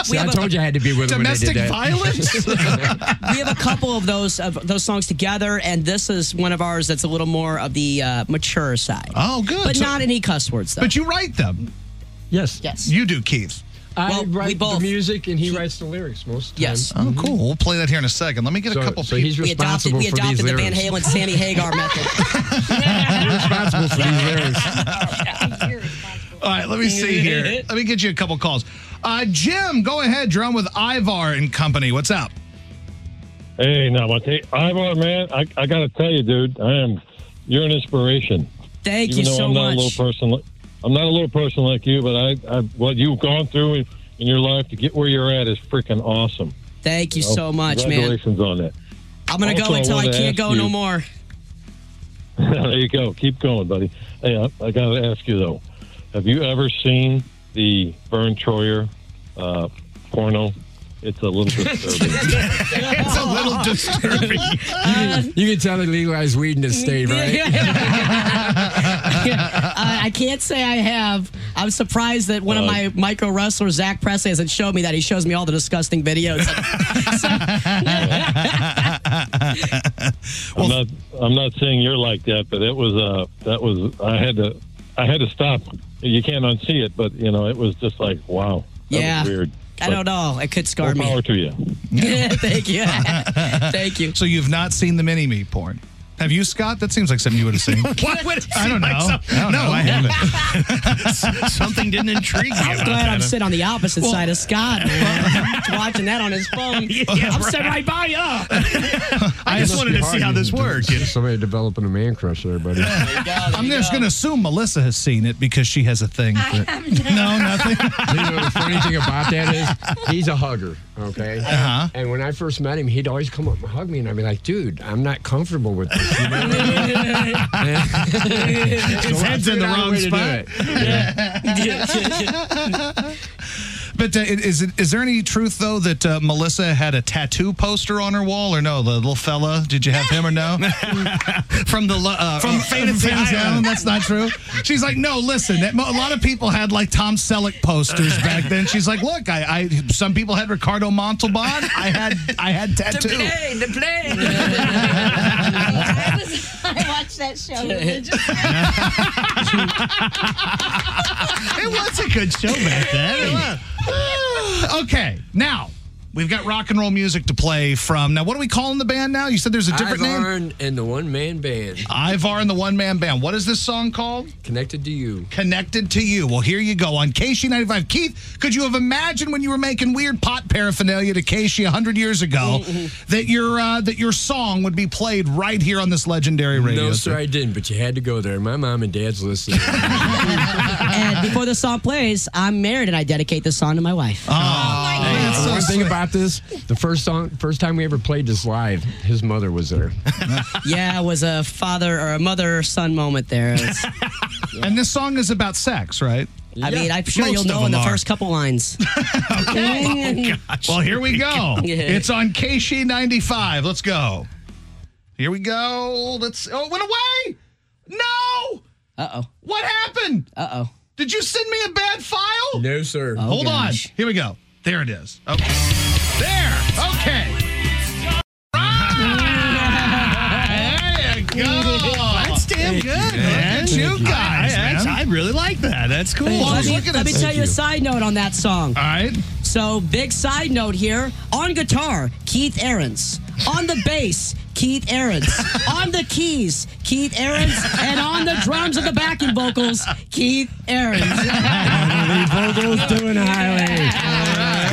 E: See, I told you I had to be with him when I did
A: Domestic
E: that.
A: violence?
D: we have a couple of those of those songs together, and this is one of ours that's a little more of the uh, mature side.
A: Oh, good.
D: But
A: So-
D: not any cuss words though.
A: But you write them.
E: Yes.
D: yes.
A: You do, Keith.
E: I
D: Well, we
E: write the
D: both.
E: music and he, writes the lyrics most of the
D: Yes.
E: time.
A: Oh, cool. We'll play that here in a second. Let me get
E: So,
A: a couple.
E: so
A: peop-
E: he's
D: We adopted,
E: responsible
D: we
E: for these
D: adopted the Van
E: lyrics.
D: Halen Sammy Hagar method.
E: You're responsible for these lyrics.
A: All right, let me see here. Let me get you a couple calls. Uh, Jim, go ahead. You're on with Ivar and Company. What's up?
G: Hey, now, but hey, Ivor, man, I, I got to tell you, dude, I am. You're an inspiration.
D: Thank
G: Even
D: you
G: though
D: so
G: I'm not a
D: much.
G: little person, li- I'm not a little person like you, but I, I what you've gone through in, in your life to get where you're at is freaking awesome.
D: Thank you
G: Oh,
D: so much, man.
G: Congratulations on that.
D: I'm gonna
G: Also,
D: go
G: I
D: until I
G: wanted to
D: can't
G: ask
D: go no
G: you-
D: more.
G: there you go. Keep going, buddy. Hey, I, I got to ask you though, have you ever seen the Vern Troyer uh, porno? It's a little disturbing.
A: It's a little disturbing.
E: You can tell they legalized weed in the state, right?
D: I, I can't say I have. I'm surprised that one of
E: Uh,
D: my micro wrestlers, Zach Presley, hasn't showed me that. He shows me all the disgusting videos.
G: I'm not. I'm not saying you're like that, but it was. Uh, that was. I had to. I had to stop. You can't unsee it, but you know, it was just like, wow. That was
D: Yeah.
G: weird.
D: I don't know. It could scar
G: More power
D: me.
G: to you.
D: Thank you. Thank you.
A: so you've not seen the mini me porn. Have you, Scott? That seems like something you would have seen.
B: Why would it
A: I don't
B: seem
A: know.
B: like some-
A: I don't
B: no,
A: know.
B: I
A: haven't.
B: Something didn't intrigue you.
D: I'm glad I'm sitting on the opposite side of Scott. man. He's watching that on his phone. I'm sitting right by you.
B: I just wanted to see how this worked. you know?
E: Somebody developing a man crush there, buddy.
A: I'm just going to assume Melissa has seen it because she has a thing. for it. no, nothing.
E: You know, the funny thing about that is he's a hugger, okay?
A: Uh-huh.
E: And when I first met him, he'd always come up and hug me, and I'd be like, dude, I'm not comfortable with this. You know what I mean? His
A: head's in the wrong spot. But uh, is it, is there any truth though that uh, Melissa had a tattoo poster on her wall, or no? The little fella, did you have him or no?
B: From the lo- uh,
A: From
B: uh,
A: Fantasy Island. that's not true. She's like, no, listen. That, a lot of people had like Tom Selleck posters back then. She's like, look, I, I some people had Ricardo Montalban. I had I had tattoo.
D: the plane.
H: I, was, I watched that show religiously.
B: It was a good show back then.
A: okay, now we've got rock and roll music to play from. Now, what are we calling the band now? You said there's a different name.
E: Ivarn and the one man band
A: Ivar and the One Man Band. What is this song called?
E: connected to you.
A: connected to you. Well, here you go on KC95. Keith, could you have imagined when you were making weird pot paraphernalia to KC 100 years ago that your uh, that your song would be played right here on this legendary radio?
E: No, sir, I didn't, but you had to go there. My mom and dad's listening.
D: and before the song plays, I'm married and I dedicate this song to my wife.
A: That's so
E: one thing
A: sweet.
E: about this, the first song, first time we ever played this live, his mother was there.
D: yeah, it was a father or a mother son moment there. It's-
A: And this song is about sex, right?
D: I mean, I'm sure
A: Most
D: you'll
A: of
D: know in the
A: them are.
D: first couple lines.
B: Oh,
D: okay.
A: Well, here we go.
D: Yeah.
A: It's on KC95. Let's go. Here we go. Let's. Oh, it went away. No.
D: Uh oh.
A: What happened?
D: Uh oh.
A: Did you send me a bad file?
E: No, sir.
A: Hold
D: gosh.
A: on. Here we go. There it is. Okay. There. Okay. Right. There you go.
B: That's damn good. man.
A: And you guys,
B: I,
A: man.
B: I really like that. That's cool.
A: Well,
D: Let me,
A: look at
D: let
A: it.
D: me tell you a side note on that song.
A: All right.
D: So, big side note here on guitar, Keith Ahrens. On the bass, Keith Ahrens. on the keys, Keith Ahrens. And on the drums and the backing vocals, Keith Ahrens.
E: doing a highway.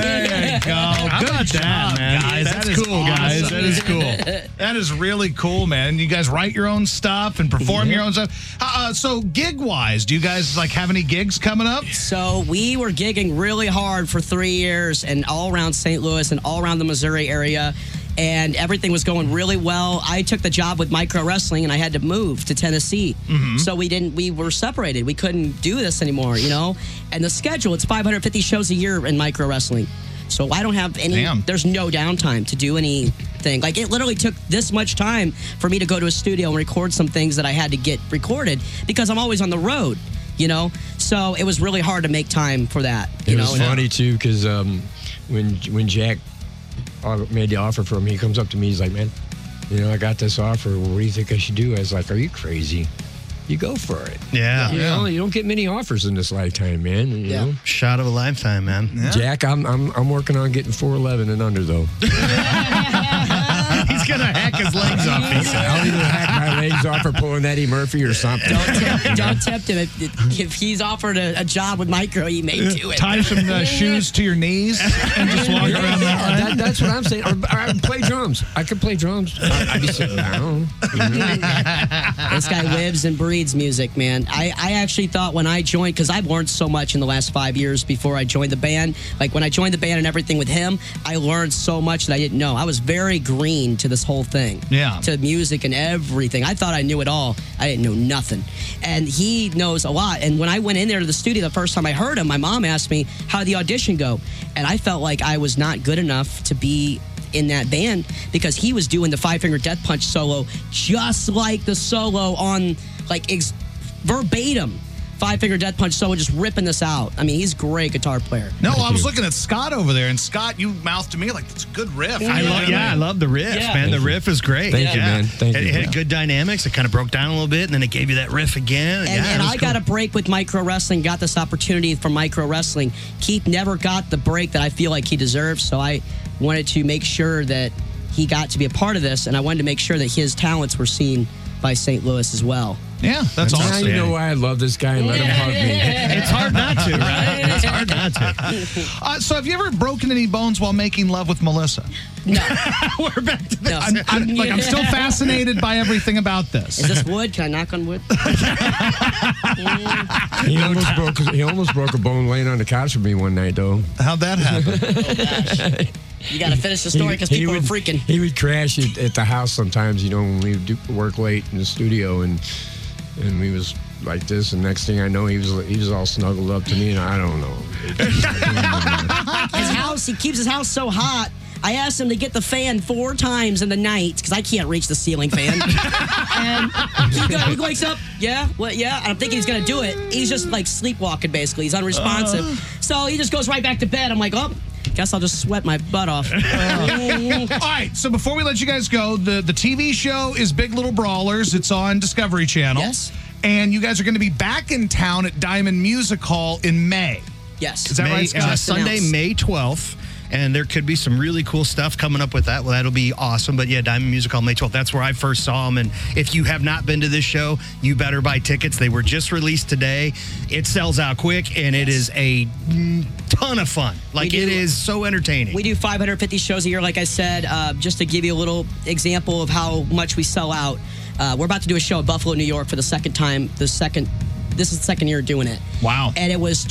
A: There you go. Oh, Good job, man.
B: guys.
A: That
B: That's
A: is
B: cool, guys.
A: awesome. That is cool. that is really cool, man. You guys write your own stuff and perform your own stuff. Uh, uh, so, gig wise, do you guys like have any gigs coming up?
D: so, we were gigging really hard for three years and all around St. Louis and all around the Missouri area. And everything was going really well. I took the job with micro wrestling and I had to move to Tennessee. So, we didn't, we were separated. We couldn't do this anymore, you know? And the schedule, it's 550 shows a year in micro wrestling. So I don't have any.
A: Damn.
D: There's no downtime to do anything. Like it literally took this much time for me to go to a studio and record some things that I had to get recorded because I'm always on the road, you know. So it was really hard to make time for that. You
E: It
D: know,
E: was
D: And-
E: funny too, because um, when when Jack uh, made the offer for him, he comes up to me. He's like, "Man, you know, I got this offer. What do you think I should do?" I was like, "Are you crazy?" you go for it.
B: Yeah.
E: You know, you don't get many offers in this lifetime, man. You
D: Yeah.
E: know?
B: Shot of a lifetime, man.
E: Jack, I'm, I'm I'm working on getting 411 and under though.
B: He's gonna hack his legs off. He said.
E: I'll either hack my legs off or pulling Eddie Murphy or something.
D: Don't tempt, don't tempt him. If, if he's offered a, a job with Micro, he may do it.
A: Tie some uh, shoes to your knees and just walk around that line.
E: That- that's what I'm saying. Or, or I can play drums. I could play drums. I, I'd be sitting down.
D: This guy lives and breathes music, man. I, I actually thought when I joined, because I've learned so much in the last five years before I joined the band. Like when I joined the band and everything with him, I learned so much that I didn't know. I was very green to this whole thing.
A: Yeah.
D: To music and everything. I thought I knew it all. I didn't know nothing. And he knows a lot. And when I went in there to the studio the first time I heard him, my mom asked me, How did the audition go? And I felt like I was not good enough to be in that band because he was doing the five finger death punch solo just like the solo on like ex- verbatim five finger death punch solo just ripping this out i mean he's a great guitar player
A: No, I was looking at Scott over there, and Scott, you mouthed to me like it's a good riff.
B: I love, yeah, I love the riff,
D: Yeah.
B: man. The
E: Thank you.
B: riff is great.
E: Thank you,
B: Yeah.
E: man. Thank
B: it,
E: you.
B: It had good dynamics. It kind of broke down a little bit, and then it gave you that riff again.
D: and,
B: yeah,
D: and
B: it was
D: I got
B: cool.
D: a break with micro wrestling, got this opportunity for micro wrestling. Keith never got the break that I feel like he deserves, so I wanted to make sure that he got to be a part of this, and I wanted to make sure that his talents were seen by St. Louis as well.
A: Yeah, that's
B: Now
E: Now
A: awesome.
E: you know why I love this guy and let him hug me.
B: It's hard not to, right? It's hard not to.
A: Uh, so, have you ever broken any bones while making love with Melissa?
D: No,
B: We're back to the.
D: no.
A: I'm, like, I'm still fascinated by everything about this.
D: Is this wood? Can I knock on wood?
E: He almost broke he almost broke a bone laying on the couch with me one night though.
A: How'd that happen?
D: You got to finish the story because
E: He- he
D: people are
E: would-
D: freaking.
E: He would crash at, at the house sometimes, you know, when we would do work late in the studio, and and we was like this, and next thing I know, he was he was all snuggled up to me, and I don't know.
D: His house, he keeps his house so hot. I asked him to get the fan four times in the night because I can't reach the ceiling fan. and he, go, he wakes up, yeah, what, yeah. And I'm thinking he's gonna do it. He's just like sleepwalking, basically. He's unresponsive. So he just goes right back to bed. I'm like, oh, guess I'll just sweat my butt off.
A: All right, so before we let you guys go, the, the TV show is Big Little Brawlers. It's on Discovery Channel.
D: Yes.
A: And you guys are going to be back in town at Diamond Music Hall in May.
D: yes.
A: Is that right, Scott?
B: uh, Sunday,
D: announced.
B: May 12th. And there could be some really cool stuff coming up with that. Well, that'll be awesome. But yeah, Diamond Music Hall, May 12th. That's where I first saw them. And if you have not been to this show, you better buy tickets. They were just released today. It sells out quick, and it is a mm, ton of fun. Like,
D: do-
B: it is so entertaining.
D: We do 550 shows a year, like I said. Uh, just to give you a little example of how much we sell out, uh, we're about to do a show in Buffalo, New York, for the second time. The second, this is the second year doing it.
A: Wow.
D: And it was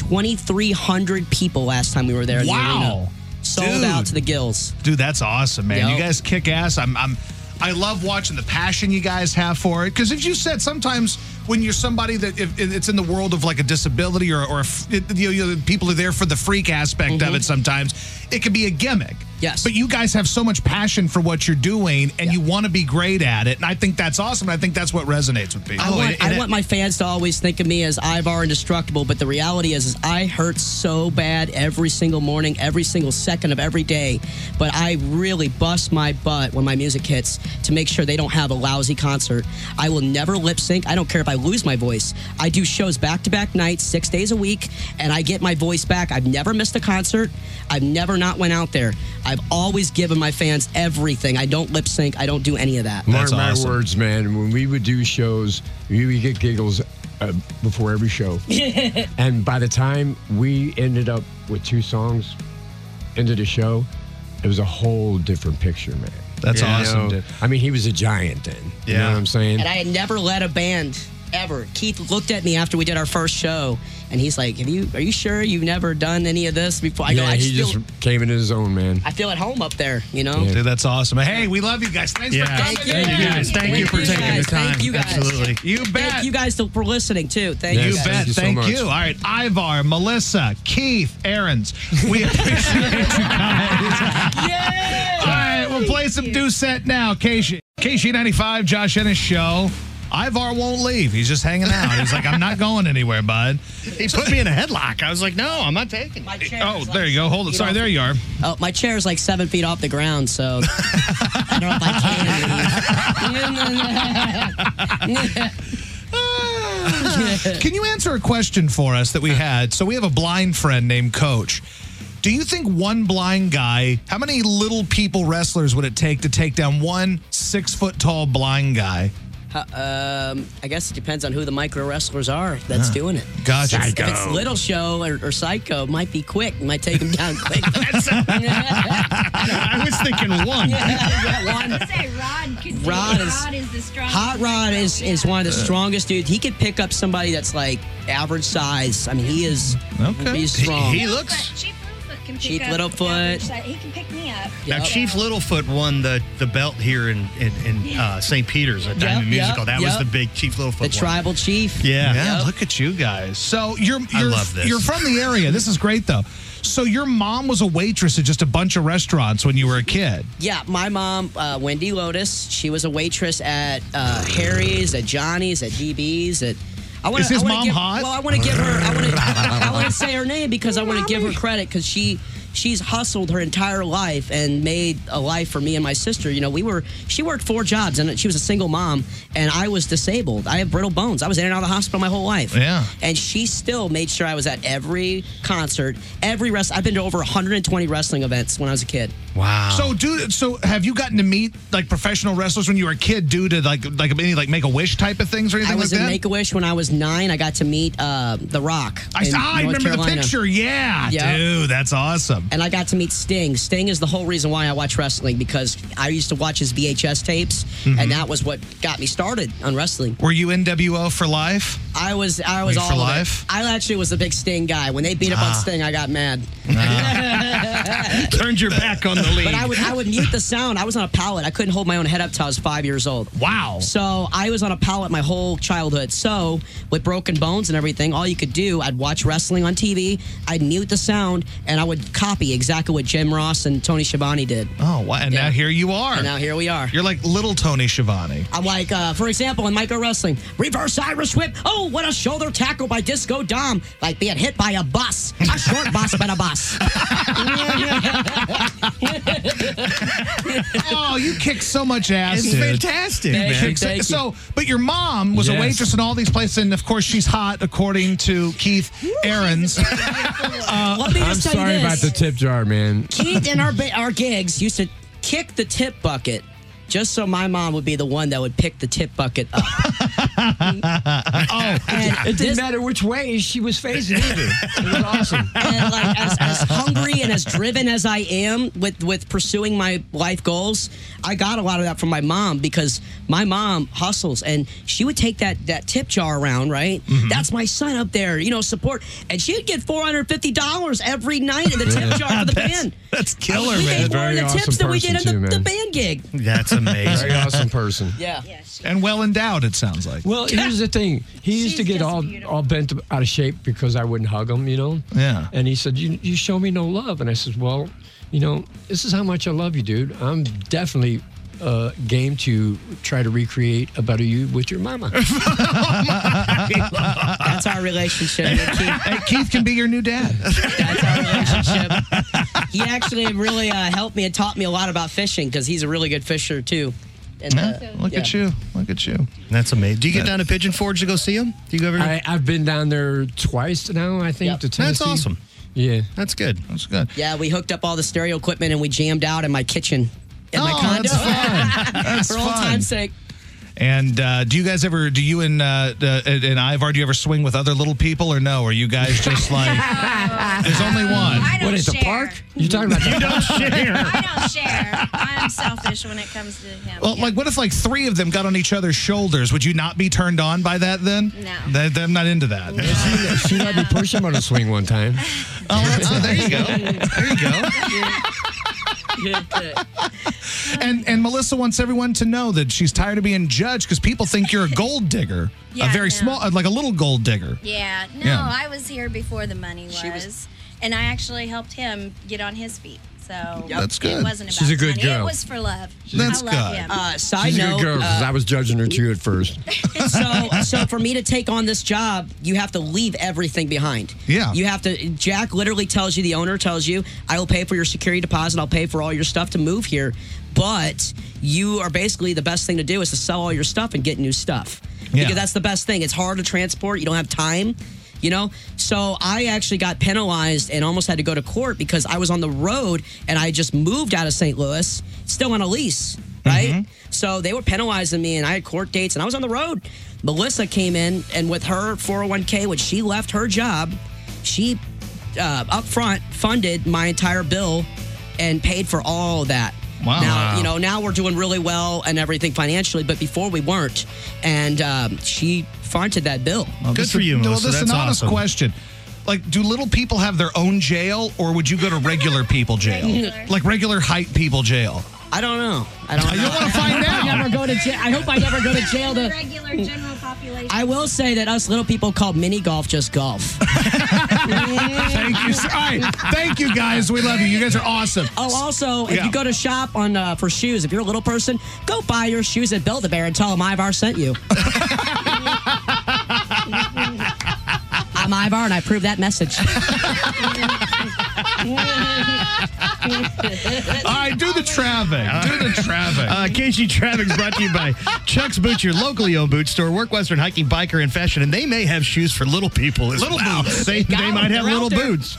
D: 2,300 people last time we were there. in the
A: Wow.
D: arena. sold
A: Dude.
D: out to the gills.
A: Dude, that's awesome, man.
D: Yep.
A: You guys kick ass. I'm, I'm, I love watching the passion you guys have for it. Because as you said, sometimes when you're somebody that if, if it's in the world of like a disability or, or if it, you know, you know, people are there for the freak aspect of
D: Mm-hmm.
A: it, sometimes it can be a gimmick.
D: Yes.
A: But you guys have so much passion for what you're doing and you want to be great at it. And I think that's awesome. And I think that's what resonates with people.
D: I, want,
B: and-
D: I
B: and it-
D: want my fans to always think of me as Ivar indestructible, but the reality is, is I hurt so bad every single morning, every single second of every day. But I really bust my butt when my music hits to make sure they don't have a lousy concert. I will never lip sync. I don't care if I lose my voice. I do shows back to back nights, six days a week, and I get my voice back. I've never missed a concert. I've never not went out there. I've always given my fans everything. I don't lip sync. I don't do any of that.
E: Mark my
A: awesome.
E: words, man. When we would do shows, we would get giggles uh, before every show, and by the time we ended up with two songs into the show, it was a whole different picture, man.
A: That's
E: You
A: awesome,
E: know?
A: dude.
E: I mean, he was a giant then. You know
A: Yeah.
E: what I'm saying?
D: and I had never led a band ever. Keith looked at me after we did our first show, and he's like, "Have you? Are you sure you've never done any of this before?" I go,
E: yeah,
D: "I
E: he
D: just,
E: just
D: feel,
E: came into his own, man.
D: I feel at home up there, you know."
E: Yeah.
A: Dude, that's awesome. Hey, we love you guys. Thanks for
B: yeah.
A: coming.
D: Thank you.
B: Thank you guys. Thank you for
D: Thank you
B: taking
D: guys.
B: the time.
D: Thank you guys.
B: Absolutely.
A: You bet.
D: Thank you guys to- for listening too. Thank
E: Yes.
D: you.
A: You
D: Guys.
A: bet.
E: Thank you so
A: Thank
E: much.
A: you. All right, Ivar, Melissa, Keith, Aaron's. We appreciate you guys. All right, we'll play some Doucette now. KC KC95, Josh Ennis show. Ivar won't leave. He's just hanging out. He's like, I'm not going anywhere, bud.
B: He put me in a headlock. I was like, no, I'm not taking it.
D: My chair
A: Oh,
D: is like-
A: there you go. Hold it. Sorry, there you are.
D: Oh, my chair is like seven feet off the ground, so I don't know if I can.
A: Can you answer a question for us that we had? So we have a blind friend named Coach. Do you think one blind guy, how many little people wrestlers would it take to take down one six foot tall blind guy?
D: Um, I guess it depends on who the micro wrestlers are that's doing it.
A: Gotcha.
D: If it's Little Show or, or Psycho, it might be quick. It might take him down quick.
B: I was thinking one.
H: say Rod could be-
D: Rod is-
H: is the strongest.
D: Hot Rod is, is one of the strongest dudes. He could pick up somebody that's like average size. I mean, he is
A: Okay.
D: he's strong.
B: He looks.
H: Chief Littlefoot can pick
D: Chief
H: up
D: Littlefoot.
H: average size. He can pick me up.
B: Now,
D: Yep.
B: Chief Littlefoot won the, the belt here in, in, in uh, St. Peter's at Diamond
D: yep,
B: Musical. That was
D: yep.
B: the big Chief Littlefoot
D: the
B: one.
D: tribal chief.
B: Yeah.
A: Yeah,
D: Yep.
A: look at you guys. So you're you're,
B: I love this.
A: you're from the area. This is great though. So your mom was a waitress at just a bunch of restaurants when you were a kid.
D: Yeah, my mom, uh, Wendy Lotus, she was a waitress at uh, Harry's, at Johnny's, at DB's, at. I wanna,
A: Is his
D: I wanna
A: mom
D: give-
A: hot?
D: Well, I want to give her. I want to. I want to say her name because I want to give her credit because she she's hustled her entire life and made a life for me and my sister. You know, we were she worked four jobs and she was a single mom and I was disabled. I have brittle bones. I was in and out of the hospital my whole life.
A: Yeah.
D: And she still made sure I was at every concert, every rest. I've been to over 120 wrestling events when I was a kid.
B: Wow.
A: So dude, so have you gotten to meet like professional wrestlers when you were a kid due to like like any like make a wish type of things or anything
D: I was
A: like
D: in
A: that?
D: Make a Wish when I was nine. I got to meet uh, The Rock.
A: I,
D: in
A: saw, I
D: North
A: remember the
D: Carolina.
A: picture. Yeah,
D: Yeah.
A: dude, that's awesome.
D: And I got to meet Sting. Sting is the whole reason why I watch wrestling because I used to watch his VHS tapes,
A: Mm-hmm.
D: and that was what got me started on wrestling.
A: Were you NWO for life?
D: I was, I was
A: Wait
D: all
A: for
D: of it.
A: life? Ah.
D: I actually was a big Sting guy. When they beat up on Sting, I got mad.
B: turned your back on the league.
D: But I would, I would mute the sound. I was on a pallet. I couldn't hold my own head up till I was five years old.
A: Wow.
D: So I was on a pallet my whole childhood. So with broken bones and everything, all you could do, I'd watch wrestling on TV, I'd mute the sound, and I would copy exactly what Jim Ross and Tony Schiavone did.
A: Oh, wow. and now
D: Yeah.
A: here you are.
D: And now here we are.
A: You're like little Tony Schiavone.
D: I'm like, uh, for example, in micro wrestling, reverse Irish whip. Oh, what a shoulder tackle by Disco Dom. Like being hit by a bus, a short bus, but a bus.
A: oh, you kick so much ass,
B: It's
A: dude.
B: fantastic, man.
A: Kick so-
D: thank you.
A: So, but your mom was a
B: Yes.
A: waitress in all these places, and of course, she's hot, according to Keith Aarons.
D: Let me
E: I'm
D: just tell
E: sorry
D: you
E: about
D: this.
E: the tip jar, man.
D: Keith in our ba- our gigs used to kick the tip bucket just so my mom would be the one that would pick the tip bucket up. oh, and
E: It didn't
D: this-
E: matter which way she was facing either. It was awesome.
D: and like as, as hungry and as driven as I am with with pursuing my life goals, I got a lot of that from my mom because my mom hustles and she would take that that tip jar around, right?
E: Mm-hmm.
D: That's my son up there, you know, support, and she'd get four hundred fifty dollars every night in the tip jar for the band.
A: That's killer,
D: we
A: man.
D: made more in the
E: Very awesome
D: tips than we did in
E: person
D: the,
E: too,
D: the
E: man.
D: band gig.
B: That's amazing.
E: Very awesome person.
D: Yeah.
A: And well endowed, it sounds like.
E: Well, here's the thing. He used to
H: She's
E: get
H: just
E: all
H: beautiful.
E: all bent out of shape because I wouldn't hug him, you know.
A: Yeah.
E: And he said, "You you show me no love." And I said, "Well, you know, this is how much I love you, dude. I'm definitely uh, game to try to recreate a better you with your mama."
D: That's our relationship. with Keith.
A: Hey, Keith can be your new dad.
D: That's our relationship. He actually really uh, helped me and taught me a lot about fishing because he's a really good fisher too. And, uh,
A: Look at you. Look at you.
B: That's amazing. Do you get down to Pigeon Forge to go see him? Do you go ever?
E: I, I've been down there twice now. I think
D: Yep.
E: to
B: That's
E: Tennessee.
B: awesome.
E: Yeah.
B: That's good.
A: That's good.
D: Yeah, we hooked up all the stereo equipment and we jammed out in my kitchen. In my
A: Oh,
D: condo.
A: that's fun. That's
D: For all
A: fun.
D: time's sake.
A: And uh, do you guys ever? Do you and uh, uh, and Ivar? Do you ever swing with other little people, or no? Are you guys just like? there's only one.
H: I don't
E: What is
H: share.
E: the park? You talking about the park?
H: I don't share. I'm selfish when it comes to him.
A: Well,
H: Yeah.
A: like, what if like three of them got on each other's shoulders? Would you not be turned on by that then?
H: No.
A: They, they're not into that.
E: She let me push him on a swing one time.
A: Oh, that's- oh, there you go. There you go. And and Melissa wants everyone to know that she's tired of being judged because people think you're a gold digger,
H: Yeah,
A: a very
H: no.
A: small, uh, like a little gold digger.
H: yeah, no,
A: Yeah.
H: I was here before the money was,
D: She was-
H: and I actually helped him get on his feet. So
A: That's good.
H: It wasn't about
E: She's a good
H: money. It
E: girl.
H: was for love.
A: That's
H: I love
A: good.
H: him.
D: Uh, side
E: She's a
D: note.
E: good girl because
D: uh,
E: I was judging her too at first.
D: so so for me to take on this job, you have to leave everything behind.
A: Yeah.
D: You have to Jack literally tells you the owner tells you, I will pay for your security deposit, I'll pay for all your stuff to move here. But you are basically the best thing to do is to sell all your stuff and get new stuff.
A: Yeah.
D: because that's the best thing. It's hard to transport. You don't have time, you know. So I actually got penalized and almost had to go to court because I was on the road and I just moved out of St. Louis, still on a lease, right? So they were penalizing me and I had court dates and I was on the road. Melissa came in and with her 401k when she left her job, she uh, up front funded my entire bill and paid for all of that.
A: Wow.
D: Now, you know, now we're doing really well and everything financially, but before we weren't. And um, she fronted that bill.
B: Good
A: This
B: for
A: is-
B: you,
A: Well,
B: Melissa.
A: this is an
B: That's
A: honest
B: awesome.
A: question. Like, do little people have their own jail, or would you go to regular people jail? Like regular height people jail?
D: I don't know. I don't
A: You don't
D: know.
A: want to find
I: I
A: out.
I: never go to jail. I hope I never go to jail to.
H: regular general population.
D: I will say that us little people call mini golf just golf.
A: Thank you. All right. Thank you, guys. We love you. You guys are awesome.
D: Oh, also, if
A: Yeah.
D: you go to shop on uh, for shoes, if you're a little person, go buy your shoes at Build a Bear and tell them Ivar sent you. I'm Ivar, and I approve that message.
A: All right. Do the traffic. Do the traffic.
B: Uh, KG Traffic's brought to you by Chuck's Boots, your locally owned boot store, work Western hiking, biker, and fashion. And they may have shoes for little people as
A: Little
B: well.
A: boots.
B: They, they might have little boots.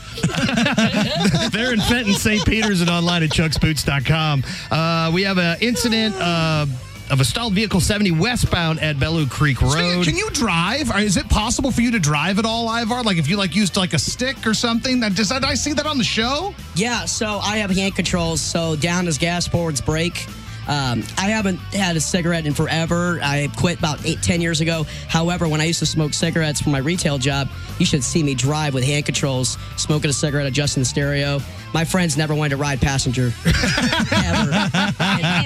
B: They're in Fenton, St. Peter's, and online at chucksboots.com. Uh, we have an incident uh, of a stalled vehicle 70 westbound at Bellew Creek
A: Speaking of-
B: Road.
A: Can you drive? Or Is it possible for you to drive at all, Ivar? Like if you like used like a stick or something? That does that, did I see that on the show?
D: Yeah, so I have hand controls. So down is gas, forwards brake. Um, I haven't had a cigarette in forever. I quit about eight, ten years ago. However, when I used to smoke cigarettes for my retail job, you should see me drive with hand controls, smoking a cigarette, adjusting the stereo. My friends never wanted to ride passenger. Ever.
H: It-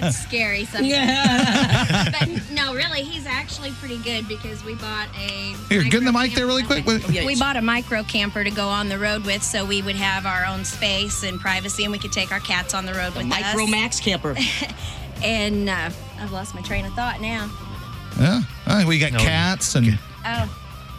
H: it's scary sometimes.
D: Yeah.
H: But no, really, he's actually pretty good because we bought a.
A: Here, get in the
H: micro
A: mic there really
H: camper.
A: quick. Wait.
D: Yeah,
F: We
D: it's-
F: bought a micro camper to go on the road with so we would have our own space and privacy and we could take our cats on the road with
D: Micro
F: us.
D: Max camper.
F: and uh, I've lost my train of thought now.
A: Yeah. All right, we got cats and
F: Oh.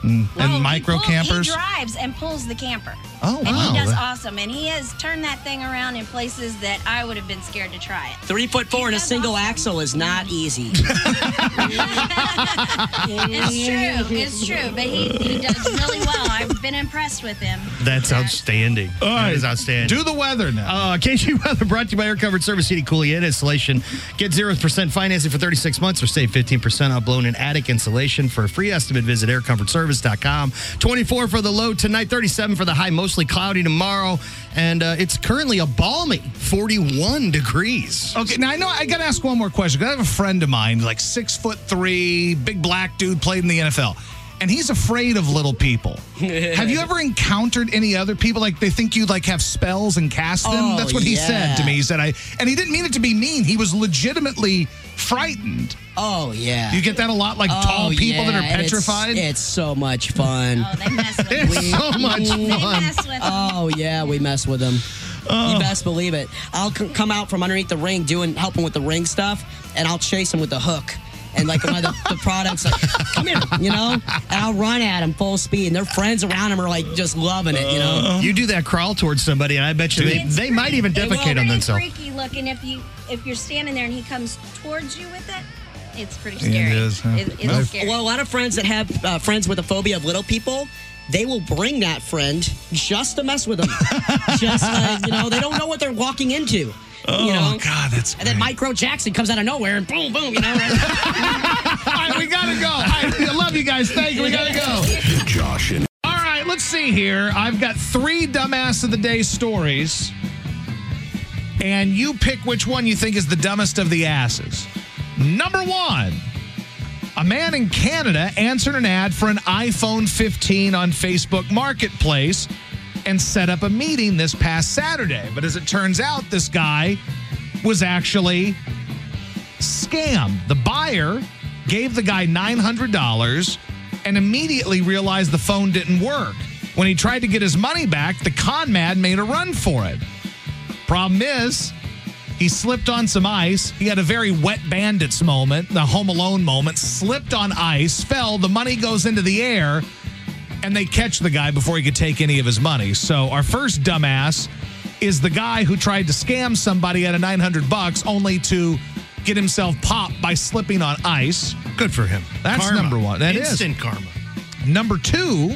A: and
F: Oh, he
A: micro
F: pull-
A: campers.
F: He drives and pulls the camper.
A: Oh,
F: and
A: wow.
F: he does awesome. And he has turned that thing around in places that I would have been scared to try it.
D: Three foot four and a
F: That's
D: single
F: awesome.
D: axle is not easy.
F: It's true. It's true. But he, he does really well. I've been impressed with him.
B: That's outstanding. That is outstanding.
A: Do the weather now.
B: Uh, KG Weather brought to you by Air Covered Service Heating, Cooling, and Insulation. Get 0% financing for 36 months or save 15% on blown and attic insulation. For a free estimate, visit aircomfortservice.com. 24 for the low tonight, 37 for the high, mostly cloudy tomorrow. And uh, it's currently a balmy 41 degrees.
A: Okay, now I know I gotta ask one more question. 'cause I have a friend of mine, like six foot three, big black dude, played in the NFL, and he's afraid of little people. have you ever encountered any other people like they think you like have spells and cast them?
D: Oh,
A: That's what he said to
D: yeah.
A: me. He said I, and he didn't mean it to be mean. He was legitimately frightened.
D: Oh yeah.
A: You get that a lot, like tall
D: Oh,
A: people that
D: yeah,
A: are
D: and it's-
A: petrified.
D: It's, so much fun.
F: Oh, they mess with him.
B: It's so much
F: They
B: fun.
F: mess with him.
D: Oh yeah, we mess with them.
A: Oh.
D: You best believe it. I'll c- come out from underneath the ring, doing helping with the ring stuff, and I'll chase him with the hook. And like my, the, the products, like, come here, you know. And I'll run at him full speed, and their friends around him are like just loving it, you know.
B: You do that crawl towards somebody, and I bet Oh. you they,
F: It's
B: they might even
F: pretty-
B: defecate on
F: It's
B: themselves.
F: pretty freaky looking if you if you're standing there and he comes towards you with it. It's pretty scary.
A: is, huh?
F: It- it's
A: No.
F: scary.
D: Well, a lot of friends that have uh, friends with a phobia of little people, they will bring that friend just to mess with them. just uh, you know, they don't know what they're walking into. Oh you know?
A: God, that's.
D: And then
A: great.
D: Micro Jackson comes out of nowhere and boom, boom, you know.
A: All right, we gotta go. I love you guys. Thank you. We gotta go.
C: Josh and
A: All right, let's see here. I've got three dumbass of the day stories, and you pick which one you think is the dumbest of the asses. Number one. A man in Canada answered an ad for an iPhone 15 on Facebook Marketplace and set up a meeting this past Saturday. But as it turns out, this guy was actually scammed. The buyer gave the guy $900 and immediately realized the phone didn't work. When he tried to get his money back, the con man made a run for it. Problem is, he slipped on some ice. He had a very wet bandits moment, the home alone moment, slipped on ice, fell, the money goes into the air, and they catch the guy before he could take any of his money. So our first dumbass is the guy who tried to scam somebody out of 900 bucks only to get himself popped by slipping on ice.
B: Good for him.
A: That's
B: Karma.
A: number one. That is
B: Instant karma.
A: Number two,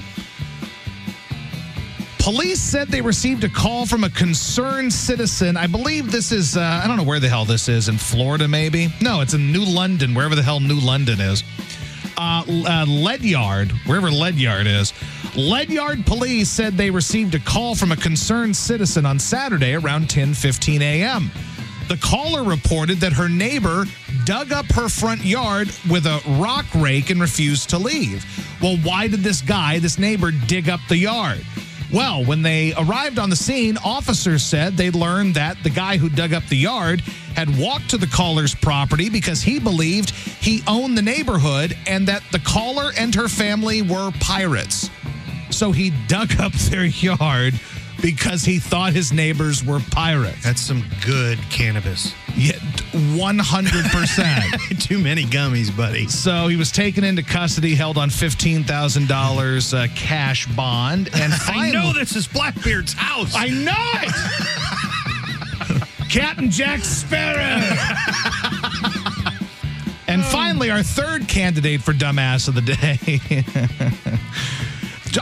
A: police said they received a call from a concerned citizen. I believe this is, uh, I don't know where the hell this is, in Florida maybe? No, it's in New London, wherever the hell New London is. Uh, uh, Leadyard, wherever Leadyard is. Leadyard police said they received a call from a concerned citizen on Saturday around 10 15 a.m. The caller reported that her neighbor dug up her front yard with a rock rake and refused to leave. Well, why did this guy, this neighbor, dig up the yard? Well, when they arrived on the scene, officers said they learned that the guy who dug up the yard had walked to the caller's property because he believed he owned the neighborhood and that the caller and her family were pirates. So he dug up their yard because he thought his neighbors were pirates.
B: That's some good cannabis.
A: Yeah, 100%.
B: Too many gummies, buddy.
A: So he was taken into custody, held on $15,000 uh, cash bond. And
B: I
A: finally,
B: know this is Blackbeard's house.
A: I know it! Captain Jack Sparrow! and finally, our third candidate for Dumbass of the Day.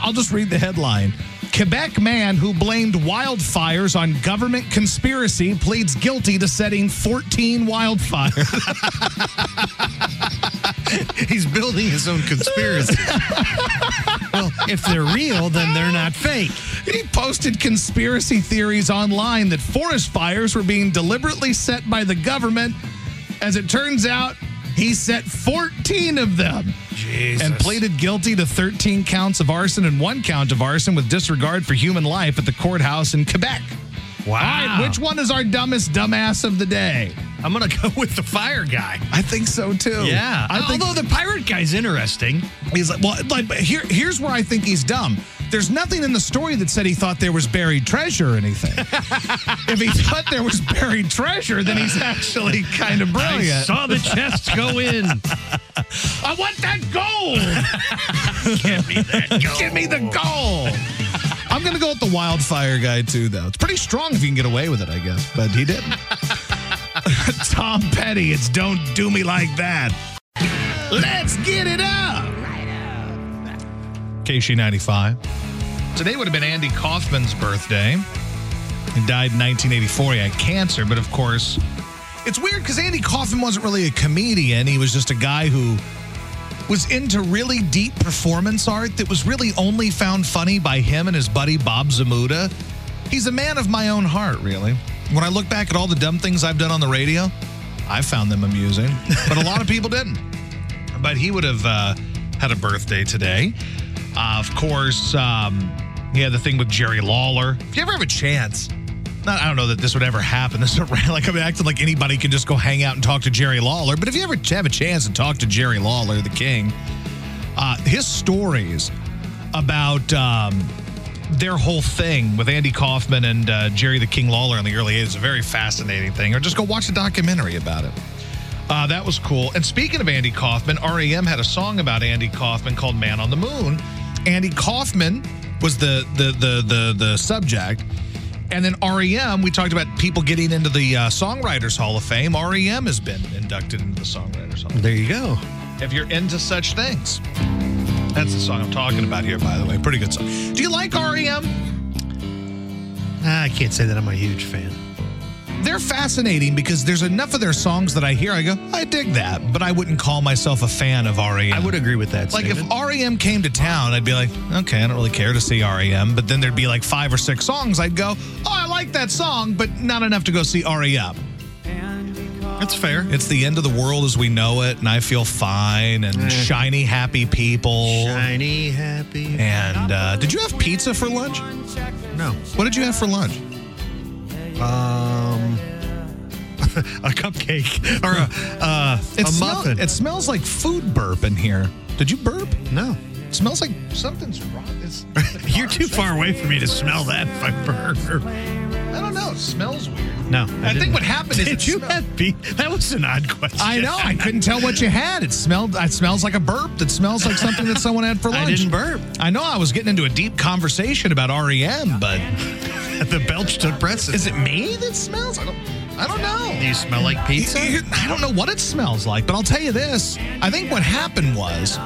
A: I'll just read the headline. Quebec man who blamed wildfires on government conspiracy pleads guilty to setting 14 wildfires.
B: He's building his own conspiracy. well, if they're real, then they're not fake.
A: He posted conspiracy theories online that forest fires were being deliberately set by the government. As it turns out, he set 14 of them and pleaded guilty to 13 counts of arson and one count of arson with disregard for human life at the courthouse in Quebec.
B: Wow.
A: All right, which one is our dumbest dumbass of the day?
B: I'm gonna go with the fire guy.
A: I think so too.
B: Yeah.
A: I think
B: Although the pirate guy's interesting.
A: He's like, well, like but here, here's where I think he's dumb. There's nothing in the story that said he thought there was buried treasure or anything. if he thought there was buried treasure, then he's actually kind of
B: I
A: brilliant. I,
B: saw the chest go in.
A: want that gold. Give me the gold. I'm gonna go with the wildfire guy too, though. It's pretty strong if you can get away with it, I guess. But he didn't. Tom Petty, it's "Don't Do Me Like That." Let's get it up. KC95. Today would have been Andy Kaufman's birthday. He died in 1984. He had cancer, but of course, it's weird because Andy Kaufman wasn't really a comedian. He was just a guy who was into really deep performance art that was really only found funny by him and his buddy Bob Zamuda. He's a man of my own heart, really. When I look back at all the dumb things I've done on the radio, I found them amusing, but a lot of people didn't but he would have uh, had a birthday today. Uh, of course, um, he had the thing with Jerry Lawler. If you ever have a chance, not, I don't know that this would ever happen. This is around, like I'm acting like anybody can just go hang out and talk to Jerry Lawler. But if you ever have a chance to talk to Jerry Lawler, the King, uh, his stories about um, their whole thing with Andy Kaufman and uh, Jerry the King Lawler in the early 80s is a very fascinating thing. Or just go watch a documentary about it. Uh, that was cool. And speaking of Andy Kaufman, REM had a song about Andy Kaufman called "Man on the Moon." Andy Kaufman was the the the the, the subject. And then REM, we talked about people getting into the uh, Songwriters Hall of Fame. REM has been inducted into the Songwriters Hall.
B: There you go.
A: If you're into such things, that's the song I'm talking about here. By the way, pretty good song. Do you like E REM?
B: I can't say that I'm a huge fan.
A: They're fascinating because there's enough of their songs that I hear. I go, I dig that, but I wouldn't call myself a fan of REM.
B: I would agree with that.
A: Like
B: statement.
A: if REM came to town, I'd be like, okay, I don't really care to see REM. But then there'd be like five or six songs. I'd go, oh, I like that song, but not enough to go see REM.
B: that's fair.
A: It's the end of the world as we know it, and I feel fine and shiny, happy people.
B: Eh. Shiny, happy.
A: And uh, did you have pizza for lunch?
B: No.
A: What did you have for lunch?
B: Um, a cupcake or a uh,
A: It
B: a
A: smell-
B: muffin.
A: it smells like food burp in here. Did you burp?
B: no.
A: It Hmm. smells like something's wrong. It's,
B: You're too far away for me to smell that if I burger.
A: I don't know. It smells weird.
B: No,
A: I, think
B: didn't.
A: what happened is
B: Did
A: it
B: you
A: smelled-
B: have beef? That was an odd question.
A: I know. I couldn't tell what you had. It smelled. It smells like a burp. That smells like something that someone had for
B: I
A: lunch.
B: didn't burp.
A: I know. I was getting into a deep conversation about REM, E but
B: the belch took precedence.
A: is it me that smells? I don't. I don't know.
B: Do you smell like pizza?
A: I don't know what it smells like, but I'll tell you this. I think what happened was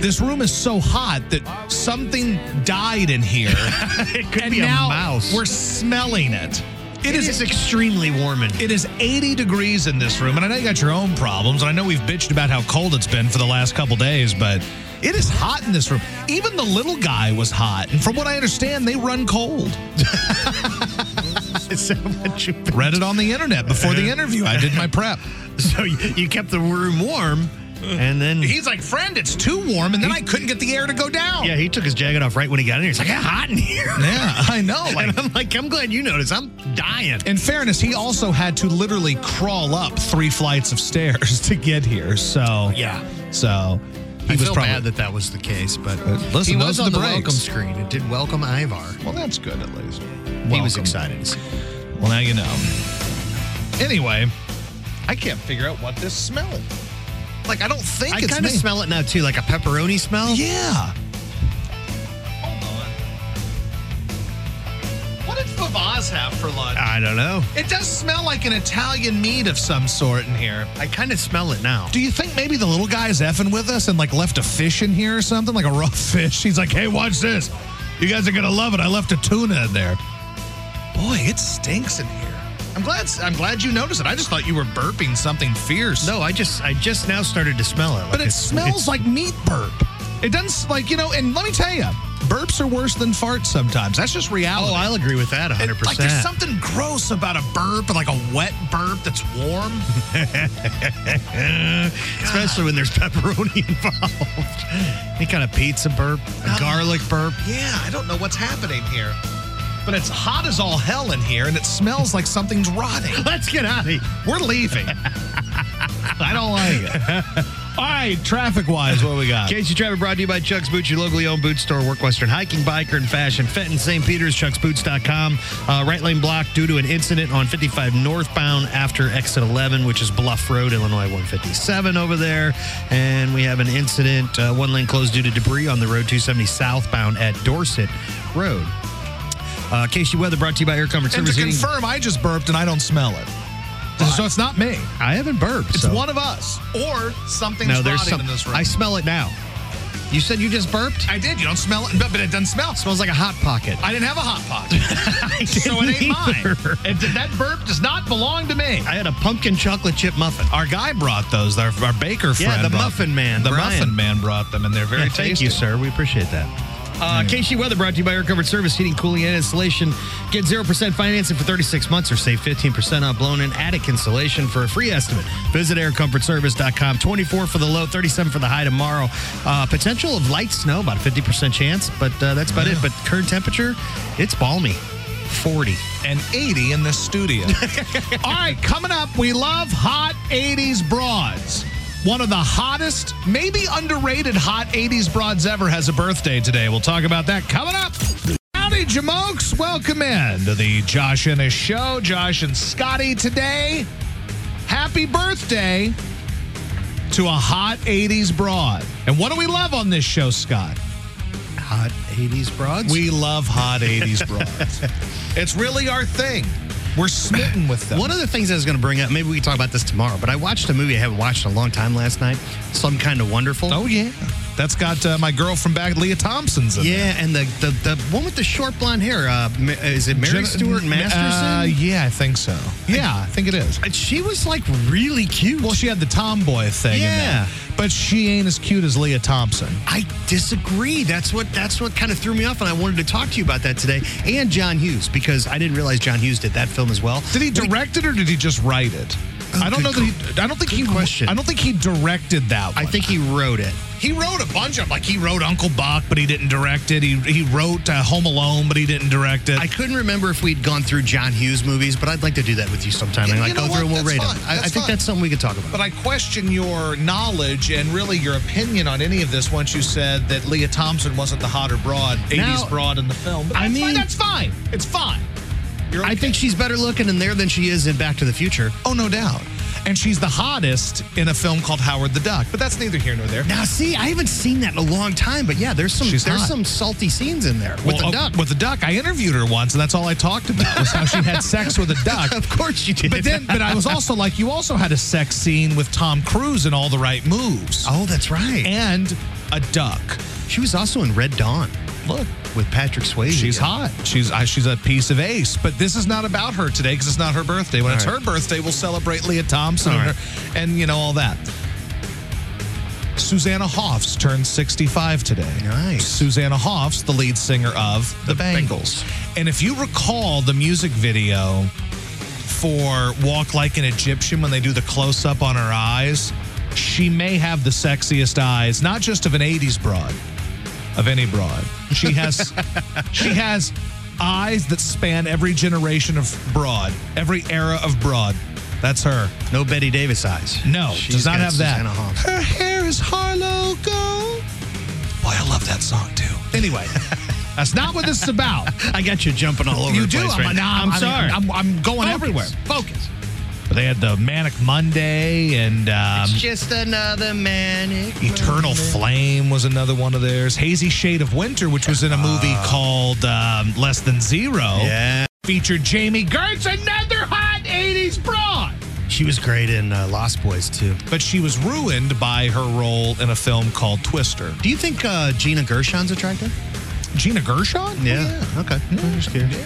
A: this room is so hot that something died in here.
B: it could
A: and
B: be a
A: now
B: mouse.
A: We're smelling it.
B: it is, extremely warm in
A: It is 80 degrees in this room, and I know you got your own problems, and I know we've bitched about how cold it's been for the last couple days, but it is hot in this room. Even the little guy was hot, and from what I understand, they run cold.
B: Is that what you
A: Read it on the internet before the interview. I did my prep.
B: So you, you kept the room warm, and then
A: He's like, friend, it's too warm, and then I couldn't get the air to go down.
B: yeah, he took his jacket off right when he got in here. He's like, "Ah, hot in here.
A: Yeah, I know. Like,
B: and I'm like, I'm glad you noticed. I'm dying.
A: in fairness, he also had to literally crawl up three flights of stairs to get here. So
B: yeah.
A: so he
B: I
A: was
B: feel
A: probably Uh,
B: bad that that was the case, but
A: listen,
B: he
A: those
B: was
A: are
B: on
A: the
B: the,
A: breaks.
B: welcome screen. It did welcome Ivar.
A: well. That's good at least.
B: He was
A: Welcome.
B: excited to see. him.
A: Well, now you know. Anyway, I can't figure out what this smell. is. Like, I don't think
B: I
A: it's
B: kind of
A: me.
B: smell it now too, like a pepperoni smell.
A: Yeah. Hold on. What did Favaz have for lunch?
B: I don't know.
A: It does smell like an Italian meat of some sort in here.
B: I kind of smell it now.
A: Do you think maybe the little guy's effing with us and like left a fish in here or something, like a rough fish? He's like, hey, watch this. You guys are gonna love it. I left a tuna in there. Boy, it stinks in here. I'm glad. I'm glad you noticed it. I just thought you were burping something fierce.
B: No, I just I just now started to smell it. Like
A: but it
B: it's-
A: smells
B: it's-
A: like meat burp. It doesn't s- like you know. And let me tell you, burps are worse than farts sometimes. That's just reality.
B: Oh, I'll agree with that 100.
A: It- Like
B: percent
A: there's something gross about a burp, like a wet burp that's warm.
B: especially when there's pepperoni involved. Any kind of pizza burp, a garlic burp.
A: Uh, Yeah, I don't know what's happening here. But it's hot as all hell in here, and it smells like something's rotting.
B: Let's get out of here.
A: We're leaving. I don't like it. All right, traffic wise, what we got?
B: Uh, Casey Trevor brought to you by Chuck's Boots, your locally owned boot store, work Western hiking, biker, and fashion. Fenton, St. Peter's, chucksboots.com. Uh, right lane block due to an incident on 55 northbound after exit 11, which is Bluff Road, Illinois 157 over there. And we have an incident, uh, one lane closed due to debris on the road 270 southbound at Dorset Road. Uh, Casey Weather brought to you by Air Comfort
A: And to
B: Service Heating.
A: confirm, I just burped and I don't smell it. So it's not me.
B: I haven't burped.
A: It's
B: so-
A: one of us. Or something's
B: No, there's
A: rotting
B: some.
A: in this room.
B: I smell it now. You said you just burped?
A: I did. You don't smell it, but but it doesn't smell.
B: smells like a hot pocket.
A: I didn't have a hot pocket. so it
B: didn't
A: ain't mine.
B: either.
A: It, that burp does not belong to me.
B: I had a pumpkin chocolate chip muffin.
A: Our guy brought those. Our, our baker friend.
B: Yeah, the
A: brought-
B: Muffin Man,
A: The
B: Brian.
A: muffin man brought them, and they're very
B: Yeah,
A: tasty.
B: Thank you, sir. We appreciate that. Uh, KC Weather brought to you by Air Comfort Service Heating, Cooling, and Insulation. Get 0% financing for 36 months or save 15% on blown in attic insulation for a free estimate. Visit aircomfortservice.com. 24 for the low, 37 for the high tomorrow. Uh, potential of light snow, about a 50% chance, but uh, that's about it. But current temperature, it's balmy 40.
A: and 80 in the studio. All right, coming up, we love hot 80s broads. One of the hottest, maybe underrated hot 80s broads ever has a birthday today. We'll talk about that coming up. Howdy, Jamokes. Welcome in to the Josh and His Show. Josh and Scotty today. Happy birthday to a hot 80s broad. And what do we love on this show, Scott?
B: Hot 80s broads.
A: We love hot 80s broads. it's really our thing. We're smitten with them.
B: One of the things I was going to bring up, maybe we can talk about this tomorrow, but I watched a movie I haven't watched in a long time last night, Some Kind of Wonderful.
A: oh, yeah. That's got uh, my girl from back, Leah Thompson's in
B: Yeah, and the, the the one with the short blonde hair, uh, Ma- is it
A: there.
B: Mary
A: Jen-
B: Stewart
A: Uh,
B: Masterson?
A: yeah, I think so. Yeah, I think it is.
B: And she was like really cute.
A: Well, she had the tomboy thing in
B: Yeah.
A: there. But she ain't as cute as Leah Thompson.
B: I disagree. That's what that's what kind of threw me off, and I wanted to talk to you about that today. And John Hughes, because I didn't realize John Hughes did that film as well.
A: Did he direct it or did he just write it? I don't know
B: Oh, good
A: that he, I don't think
B: good
A: he
B: question.
A: I don't think he directed that
B: I
A: one.
B: think he wrote it.
A: He wrote a bunch of like he wrote Uncle Buck, but he didn't direct it. He he wrote uh, Home Alone, but he didn't direct it.
B: I couldn't remember if we'd gone through John Hughes movies, but I'd like to do that with you sometime.
A: Yeah,
B: and
A: you
B: like
A: know
B: go through and
A: what?
B: we'll
A: That's
B: rate
A: fine.
B: them. I, I
A: That's
B: think
A: fine.
B: that's something we could talk about.
A: But I question your knowledge and really your opinion on any of this once you said that Leah Thompson wasn't the hotter broad, 80s
B: Now-
A: broad in the film. But
B: I
A: that's fine,
B: mean-
A: that's fine. It's fine. You're
B: I think she's better looking in there than she is in Back to the Future.
A: Oh, no doubt. And she's the hottest in a film called Howard the Duck. But that's neither here nor there.
B: Now, see, I haven't seen that in a long time, but yeah, there's some
A: She's
B: there's
A: hot.
B: some salty scenes in there with
A: Well,
B: the
A: uh,
B: duck.
A: With the duck, I interviewed her once, and that's all I talked about was how she had sex with a duck.
B: of course you did.
A: But then, but I was also like, you also had a sex scene with Tom Cruise in all the right moves,
B: oh, that's right.
A: and a duck.
B: she was also in Red Dawn. Look with Patrick Swayze.
A: She's hot. She's I, she's a piece of ace. But this is not about her today because it's not her birthday. When
B: All
A: it's
B: right.
A: her birthday, we'll celebrate Leah Thompson
B: All
A: and,
B: right.
A: her, and you know all that. Susanna Hoffs turned 65 today.
B: Nice.
A: Susanna Hoffs, the lead singer of the,
B: The
A: Bangles.
B: Bangles.
A: And if you recall the music video for Walk Like an Egyptian when they do the close up on her eyes, she may have the sexiest eyes, not just of an 80s broad, of any broad. She has she has eyes that span every generation of broad, every era of broad. That's her.
B: No Betty Davis eyes.
A: No,
B: She's
A: does not
B: got
A: have that.
B: Susanna Hoffs.
A: Her hair is Harlow gold. Boy, I love that song too. Anyway, that's not what this is about.
B: I got you jumping all over
A: you
B: the
A: do.
B: place.
A: I'm,
B: right
A: no,
B: now.
A: I'm, I'm sorry. I'm, I'm going
B: Focus.
A: everywhere.
B: Focus.
A: But they had the Manic Monday and um,
B: it's just another manic.
A: Eternal
B: moment.
A: Flame was another one of theirs. Hazy Shade of Winter, which was in
B: Ah.
A: a movie called um, Less Than Zero,
B: Yeah.
A: featured Jamie Gertz, another hot 80s broad.
B: She was great in uh, Lost Boys too.
A: But she was ruined by her role in a film called Twister.
B: Do you think uh, Gina Gershon's attractive?
A: Gina Gershon? Oh,
B: Okay. I'm just curious.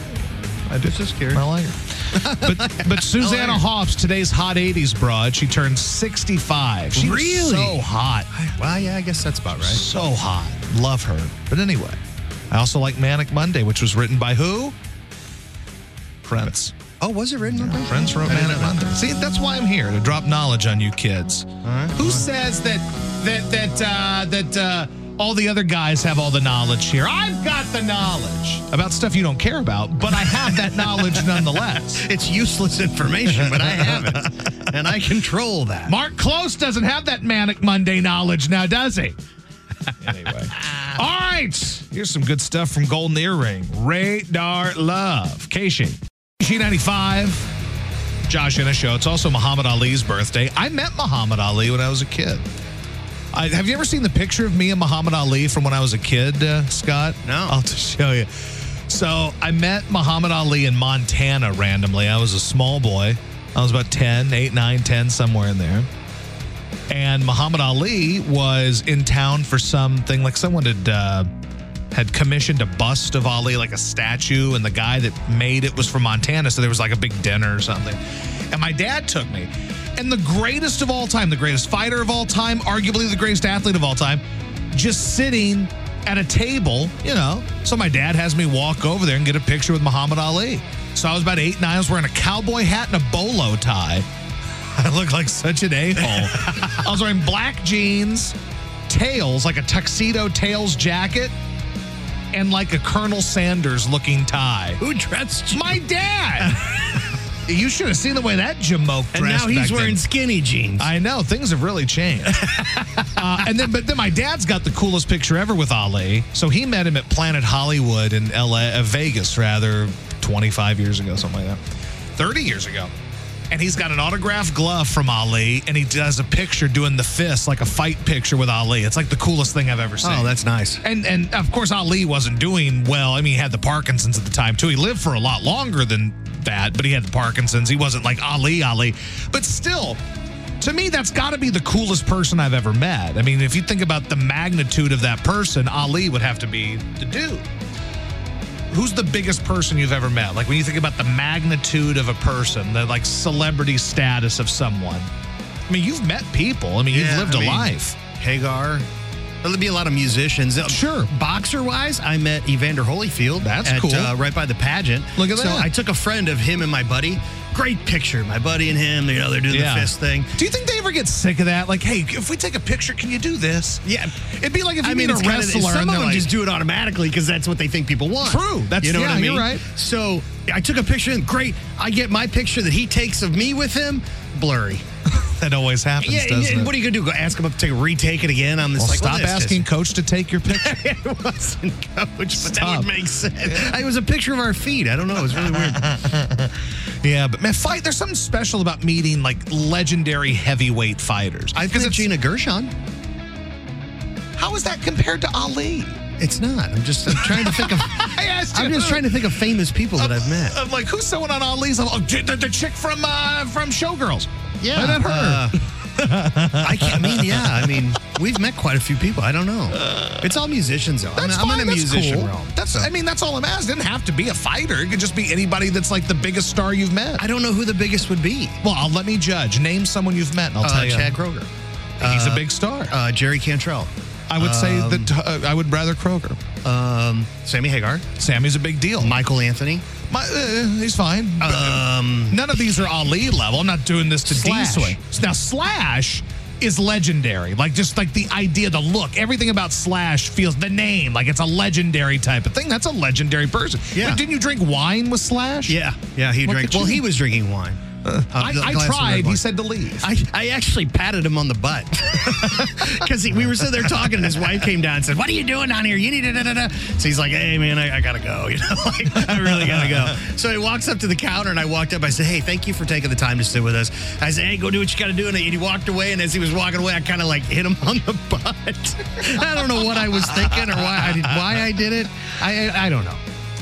B: I Oh, just just curious.
A: I like her. But, but Susanna
B: I like her.
A: Hoffs, today's hot 80s broad, she turned 65. She was
B: Really?
A: so hot.
B: well, yeah, I guess that's about right.
A: So hot. Love her. But anyway, I also like Manic Monday, which was written by who? Prince.
B: Oh, was it written? Yeah.
A: Prince wrote Manic Monday. See, that's why I'm here to drop knowledge on you kids. Who says that that that uh, that uh, all the other guys have all the knowledge here? I've got the knowledge about stuff you don't care about, but I have that knowledge nonetheless.
B: It's useless information, but I have it, and I control that.
A: Mark Close doesn't have that manic Monday knowledge now, does he? anyway. All right. Here's some good stuff from Golden Earring. Radar Love. Casey. G95. Josh in a show. It's also Muhammad Ali's birthday. I met Muhammad Ali when I was a kid. I, have you ever seen the picture of me and Muhammad Ali from when I was a kid, uh, Scott?
B: No.
A: I'll just show you. So I met Muhammad Ali in Montana randomly. I was a small boy. I was about 10, 8, 9, 10, somewhere in there and Muhammad Ali was in town for something like someone had uh, had commissioned a bust of Ali, like a statue, and the guy that made it was from Montana, so there was like a big dinner or something. And my dad took me, and the greatest of all time, the greatest fighter of all time, arguably the greatest athlete of all time, just sitting at a table, you know. So my dad has me walk over there and get a picture with Muhammad Ali. So I was about eight, nine. I was wearing a cowboy hat and a bolo tie. I look like such an a hole. I was wearing black jeans, tails, like a tuxedo tails jacket, and like a Colonel Sanders looking tie.
B: Who dressed you?
A: My dad! you should have seen the way that jamoke dressed.
B: And now he's
A: back
B: wearing
A: then.
B: skinny jeans.
A: I know things have really changed. uh, and then, but then my dad's got the coolest picture ever with Ali. So he met him at Planet Hollywood in L.A. Uh, Vegas, rather, 25 years ago, something like that, 30 years ago. And he's got an autographed glove from Ali, and he does a picture doing the fist, like a fight picture with Ali. It's like the coolest thing I've ever seen.
B: oh, that's nice.
A: And and of course Ali wasn't doing well. I mean, he had the Parkinson's at the time too. He lived for a lot longer than that, but he had the Parkinson's. He wasn't like Ali Ali, but still. To me, that's got to be the coolest person I've ever met. I mean, if you think about the magnitude of that person, Ali would have to be the dude. Who's the biggest person you've ever met? Like when you think about the magnitude of a person, the like celebrity status of someone. I mean, you've met people. I mean,
B: Yeah,
A: you've lived
B: I
A: a
B: mean,
A: life.
B: Hagar. There'll be a lot of musicians. Uh,
A: Sure.
B: Boxer wise, I met Evander Holyfield.
A: That's
B: at,
A: cool.
B: Uh, right by the pageant.
A: Look at
B: so
A: that.
B: I took a friend of him and my buddy. Great picture. My buddy and him. You know, they're doing the fist thing.
A: Do you think they ever get sick of that? Like, hey, if we take a picture, can you do this?
B: Yeah.
A: It'd be like if you
B: I mean,
A: meet
B: it's
A: a
B: kinda-
A: wrestler
B: some
A: and
B: of
A: they're
B: them
A: like,
B: just do it automatically because that's what they think people want.
A: True. That's-
B: you know
A: yeah,
B: what I mean.
A: you're right.
B: So I took a picture. Great. I get my picture that he takes of me with him. Blurry.
A: That always happens,
B: Yeah,
A: doesn't
B: and
A: it?
B: what are you gonna do? Go ask him to take, retake it again? I'm just
A: well,
B: like,
A: stop
B: well, this
A: asking
B: just-
A: coach to take your picture.
B: it wasn't coach, but that
A: Stop.
B: would make sense. It was a picture of our feet. I don't know. It was really weird.
A: yeah, but man, fight. There's something special about meeting like legendary heavyweight fighters.
B: I think Gina Gershon.
A: How is that compared to Ali?
B: It's not. I'm just I'm trying to think of.
A: I asked you.
B: I'm just trying to think of famous people that I've met.
A: I'm like, who's someone on Ali's? level? Oh, j- the, the chick from uh, from Showgirls.
B: Yeah,
A: Isn't that her?
B: uh, I can't I mean. Yeah, I mean, we've met quite a few people. I don't know. It's all musicians, though.
A: That's
B: I'm,
A: fine.
B: I'm in a
A: that's
B: musician
A: cool.
B: realm.
A: That's.
B: so.
A: I mean, that's all I'm asking. It didn't have to be a fighter. It could just be anybody that's like the biggest star you've met.
B: I don't know who the biggest would be.
A: well, I'll, let me judge. Name someone you've met, and I'll
B: Uh,
A: tell you.
B: Chad Kroger,
A: He's a
B: Uh,
A: big star.
B: uh, Jerry Cantrell,
A: I would say that uh, I would rather Kroger.
B: um, Sammy Hagar,
A: Sammy's a big deal.
B: Michael Anthony.
A: My, uh, he's fine. But uh,
B: Um,
A: None of these are Ali level. I'm not doing this to D
B: Slash.
A: swing. Now Slash is legendary. Like just like the idea, the look, everything about Slash feels the name like it's a legendary type of thing. That's a legendary person.
B: Yeah.
A: Wait, didn't you drink wine with Slash?
B: Yeah, yeah, he
A: Look
B: drank.
A: at you.
B: Well, he was drinking wine. Uh,
A: I,
B: the
A: I
B: glass of red
A: tried.
B: wine.
A: He said to leave.
B: I, I actually patted him on the butt because we were sitting there talking, and his wife came down and said, "What are you doing down here? You need to." Da, da, da. So he's like, "Hey man, I, I gotta go. You know, like I really gotta go." So he walks up to the counter, and I walked up. I said, "Hey, thank you for taking the time to sit with us." I said, "Hey, go do what you gotta do." And he walked away, and as he was walking away, I kind of like hit him on the butt. I don't know what I was thinking or why I did why I did it. I I, I don't know.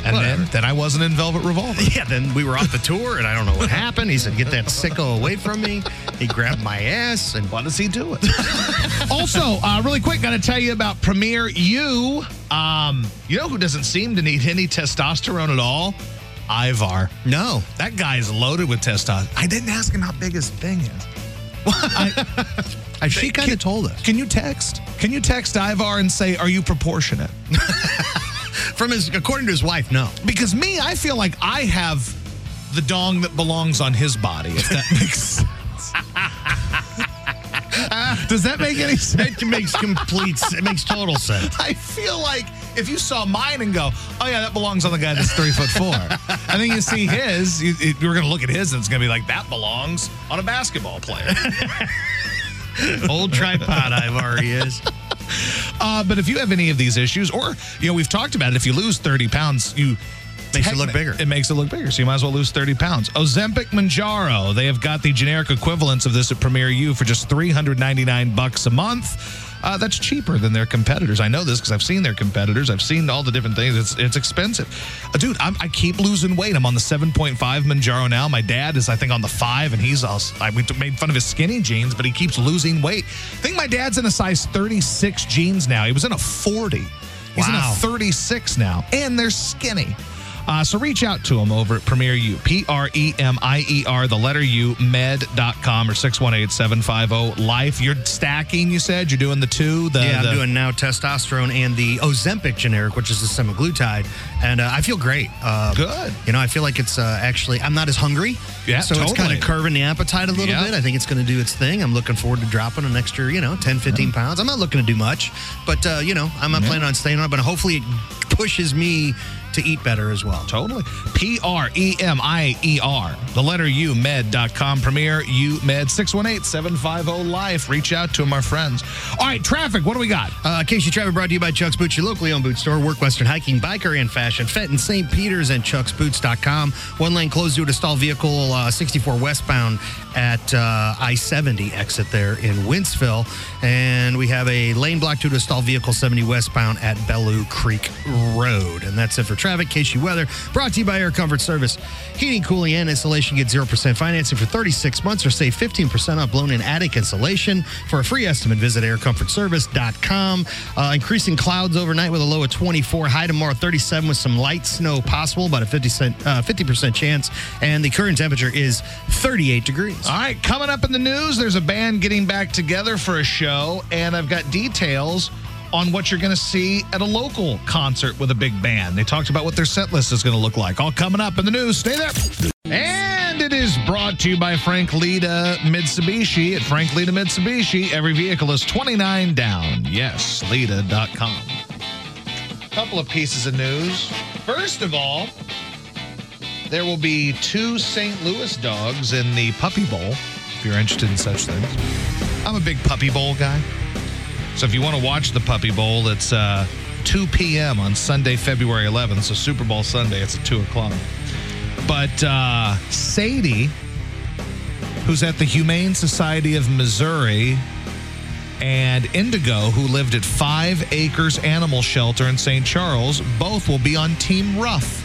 A: and
B: Whatever.
A: then, then I wasn't in Velvet Revolver.
B: Yeah, then we were off the tour, and I don't know what happened. He said, "Get that sicko away from me." He grabbed my ass, and why does he do it?
A: also, uh, really quick, got to tell you about Premier U. Um, you know who doesn't seem to need any testosterone at all? Ivar.
B: No,
A: That guy is loaded with testosterone. I didn't ask him how big his thing is.
B: I, she kind
A: can-
B: of told us
A: Can you text? Can you text Ivar and say, "Are you proportionate?"
B: from his, according to his wife. No,
A: Because me, I feel like I have the dong that belongs on his body. If that makes sense. Does that make any sense?
B: it makes complete. It makes total sense.
A: I feel like if you saw mine and go, "Oh yeah, that belongs on the guy that's three foot four," and then you see his, you, you're gonna look at his and it's gonna be like, "That belongs on a basketball player."
B: Old tripod Ivar he is.
A: Uh, but if you have any of these issues, or you know, we've talked about it. If you lose thirty pounds, you
B: Makes it look
A: techni-
B: bigger.
A: It makes it look bigger. So you might as well lose thirty pounds. Ozempic, Manjaro. They have got the generic equivalents of this at Premier U for just three hundred ninety nine bucks a month. Uh, that's cheaper than their competitors. I know this because I've seen their competitors. I've seen all the different things. It's it's expensive, Uh, dude. I'm, I keep losing weight. I'm on the 7.5 Manjaro now. My dad is, I think, on the five, and he's all. I, we made fun of his skinny jeans, but he keeps losing weight. I think my dad's in a size 36 jeans now. He was in a 40. He's in
B: Wow.
A: a 36 now, and they're skinny. Uh, so reach out to him over at Premier U, P R E M I E R, the letter U, med.com or 618 750 Life. E. You're stacking, you said? You're doing the two? The,
B: yeah,
A: Uh, the-
B: I'm doing now testosterone and the Ozempic generic, which is the semaglutide, and uh, I feel great. Uh,
A: Good.
B: You know, I feel like it's uh, actually I'm not as hungry.
A: Yeah,
B: so it's
A: totally.
B: kind of curving the appetite a little
A: Yeah.
B: bit. I think it's going to do its thing. I'm looking forward to dropping an extra, you know, 10, 15 pounds. I'm not looking to do much, but uh, you know, I'm not planning on staying on, it, but hopefully it pushes me to eat better as well.
A: Totally. P R E M I E R. The letter U, med.com. Premier U, med 618 750 Life. E. Reach out to him, our friends. All right, traffic. What do we got?
B: Uh, Casey Trevor brought to you by Chuck's Boots, your locally owned boot store, work Western hiking, biker, and fashion. Fenton, St. Peter's, and chucksboots.com. One lane closed due to stall vehicle uh, 64 westbound at uh, I 70 exit there in Wentzville. And we have a lane block due to stall vehicle 70 westbound at Bellew Creek Road. And that's it for traffic. Casey Weather brought to you by Air Comfort Service. Heating, cooling, and installation get 0% financing for 36 months or save 15% off loan and attic installation. For a free estimate, visit aircomfortservice.com. Uh, increasing clouds overnight with a low of 24, high tomorrow 37 with some light snow possible, about a 50 cent, uh, 50% chance. And the current temperature is 38 degrees.
A: All right, coming up in the news, there's a band getting back together for a show, and I've got details on what you're going to see at a local concert with a big band. They talked about what their set list is going to look like. All coming up in the news. Stay there. And it is brought to you by Frank Lita Mitsubishi. At Frank Lita Mitsubishi, every vehicle is 29 down. Yes, Lita.com. Couple of pieces of news. First of all, there will be two St. Louis dogs in the Puppy Bowl if you're interested in such things. I'm a big Puppy Bowl guy. So if you want to watch the Puppy Bowl, it's uh, 2 p.m. on Sunday, February 11th. So Super Bowl Sunday, it's at 2 o'clock. But uh, Sadie, who's at the Humane Society of Missouri, and Indigo, who lived at Five Acres Animal Shelter in St. Charles, both will be on Team Rough,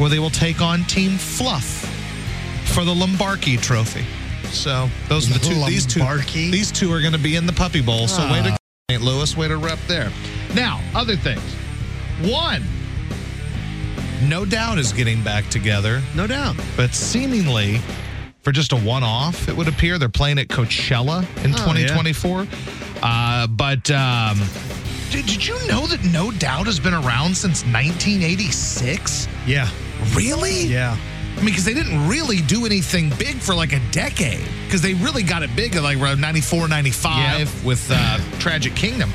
A: where they will take on Team Fluff for the Lombarki Trophy. So those are the two. These two. These two are going to be in the Puppy Bowl. So way to go, St. Louis. Way to rep there. Now, other things. One, no doubt is getting back together. No doubt. But seemingly, for just a one off, it would appear they're playing at Coachella in
B: Oh,
A: 2024. Uh, but um, did, did you know that No Doubt has been around since 1986?
B: Yeah.
A: Really?
B: Yeah.
A: I mean, because they didn't really do anything big for like a decade. Because they really got it big at like around 94, 95 with uh, Tragic Kingdom.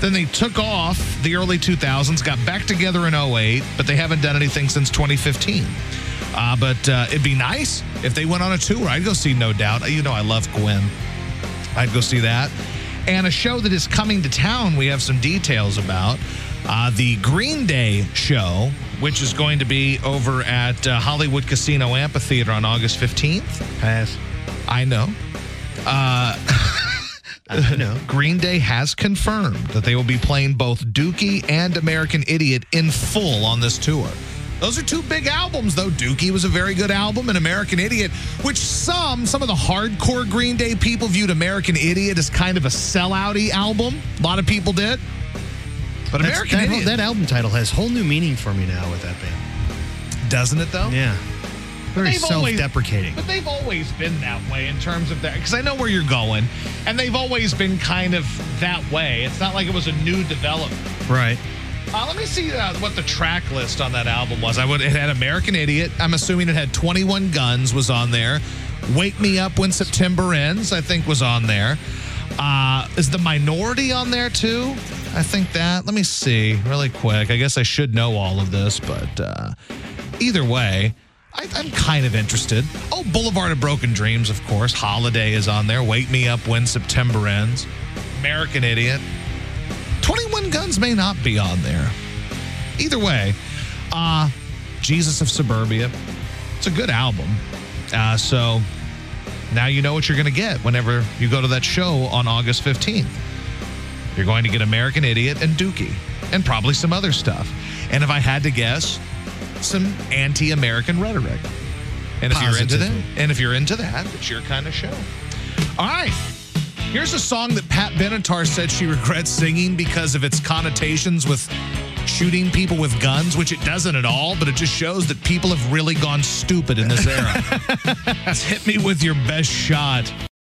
A: Then they took off the early 2000s, got back together in 08, but they haven't done anything since 2015. Uh, but uh, it'd be nice if they went on a tour. I'd go see No Doubt. You know, I love Gwen. I'd go see that. And a show that is coming to town, we have some details about uh, the Green Day show, which is going to be over at uh, Hollywood Casino Amphitheater on August 15th.
B: Pass.
A: I know. Uh,
B: I know.
A: Green Day has confirmed that they will be playing both Dookie and American Idiot in full on this tour. Those are two big albums, though. Dookie was a very good album, and American Idiot, which some some of the hardcore Green Day people viewed American Idiot as kind of a sellouty album. A lot of people did, but
B: That's-
A: American
B: that,
A: Idiot
B: that album title has whole new meaning for me now with that band.
A: doesn't it though?
B: Yeah. Very
A: They've always-
B: self-deprecating.
A: But they've always been that way in terms of that, because I know where you're going, and they've always been kind of that way. It's not like it was a new development.
B: Right.
A: Uh, let me see uh, what the track list on that album was. I would it had American Idiot. I'm assuming it had 21 Guns was on there. Wake Me Up When September Ends, I think, was on there. Uh, is the Minority on there too? I think that. Let me see really quick. I guess I should know all of this, but uh, either way, I, I'm kind of interested. Oh, Boulevard of Broken Dreams, of course. Holiday is on there. Wake Me Up When September Ends. American Idiot. 21 Guns may not be on there. Either way, uh, Jesus of Suburbia. It's a good album. Uh, so now you know what you're going to get whenever you go to that show on August 15th. You're going to get American Idiot and Dookie and probably some other stuff. And if I had to guess, some anti American rhetoric. And if you're into
B: Positively.
A: that, and if you're into that, it's your kind of show. All right. Here's a song that Pat Benatar said she regrets singing because of its connotations with shooting people with guns, which it doesn't at all, but it just shows that people have really gone stupid in this era. It's hit me with your best shot.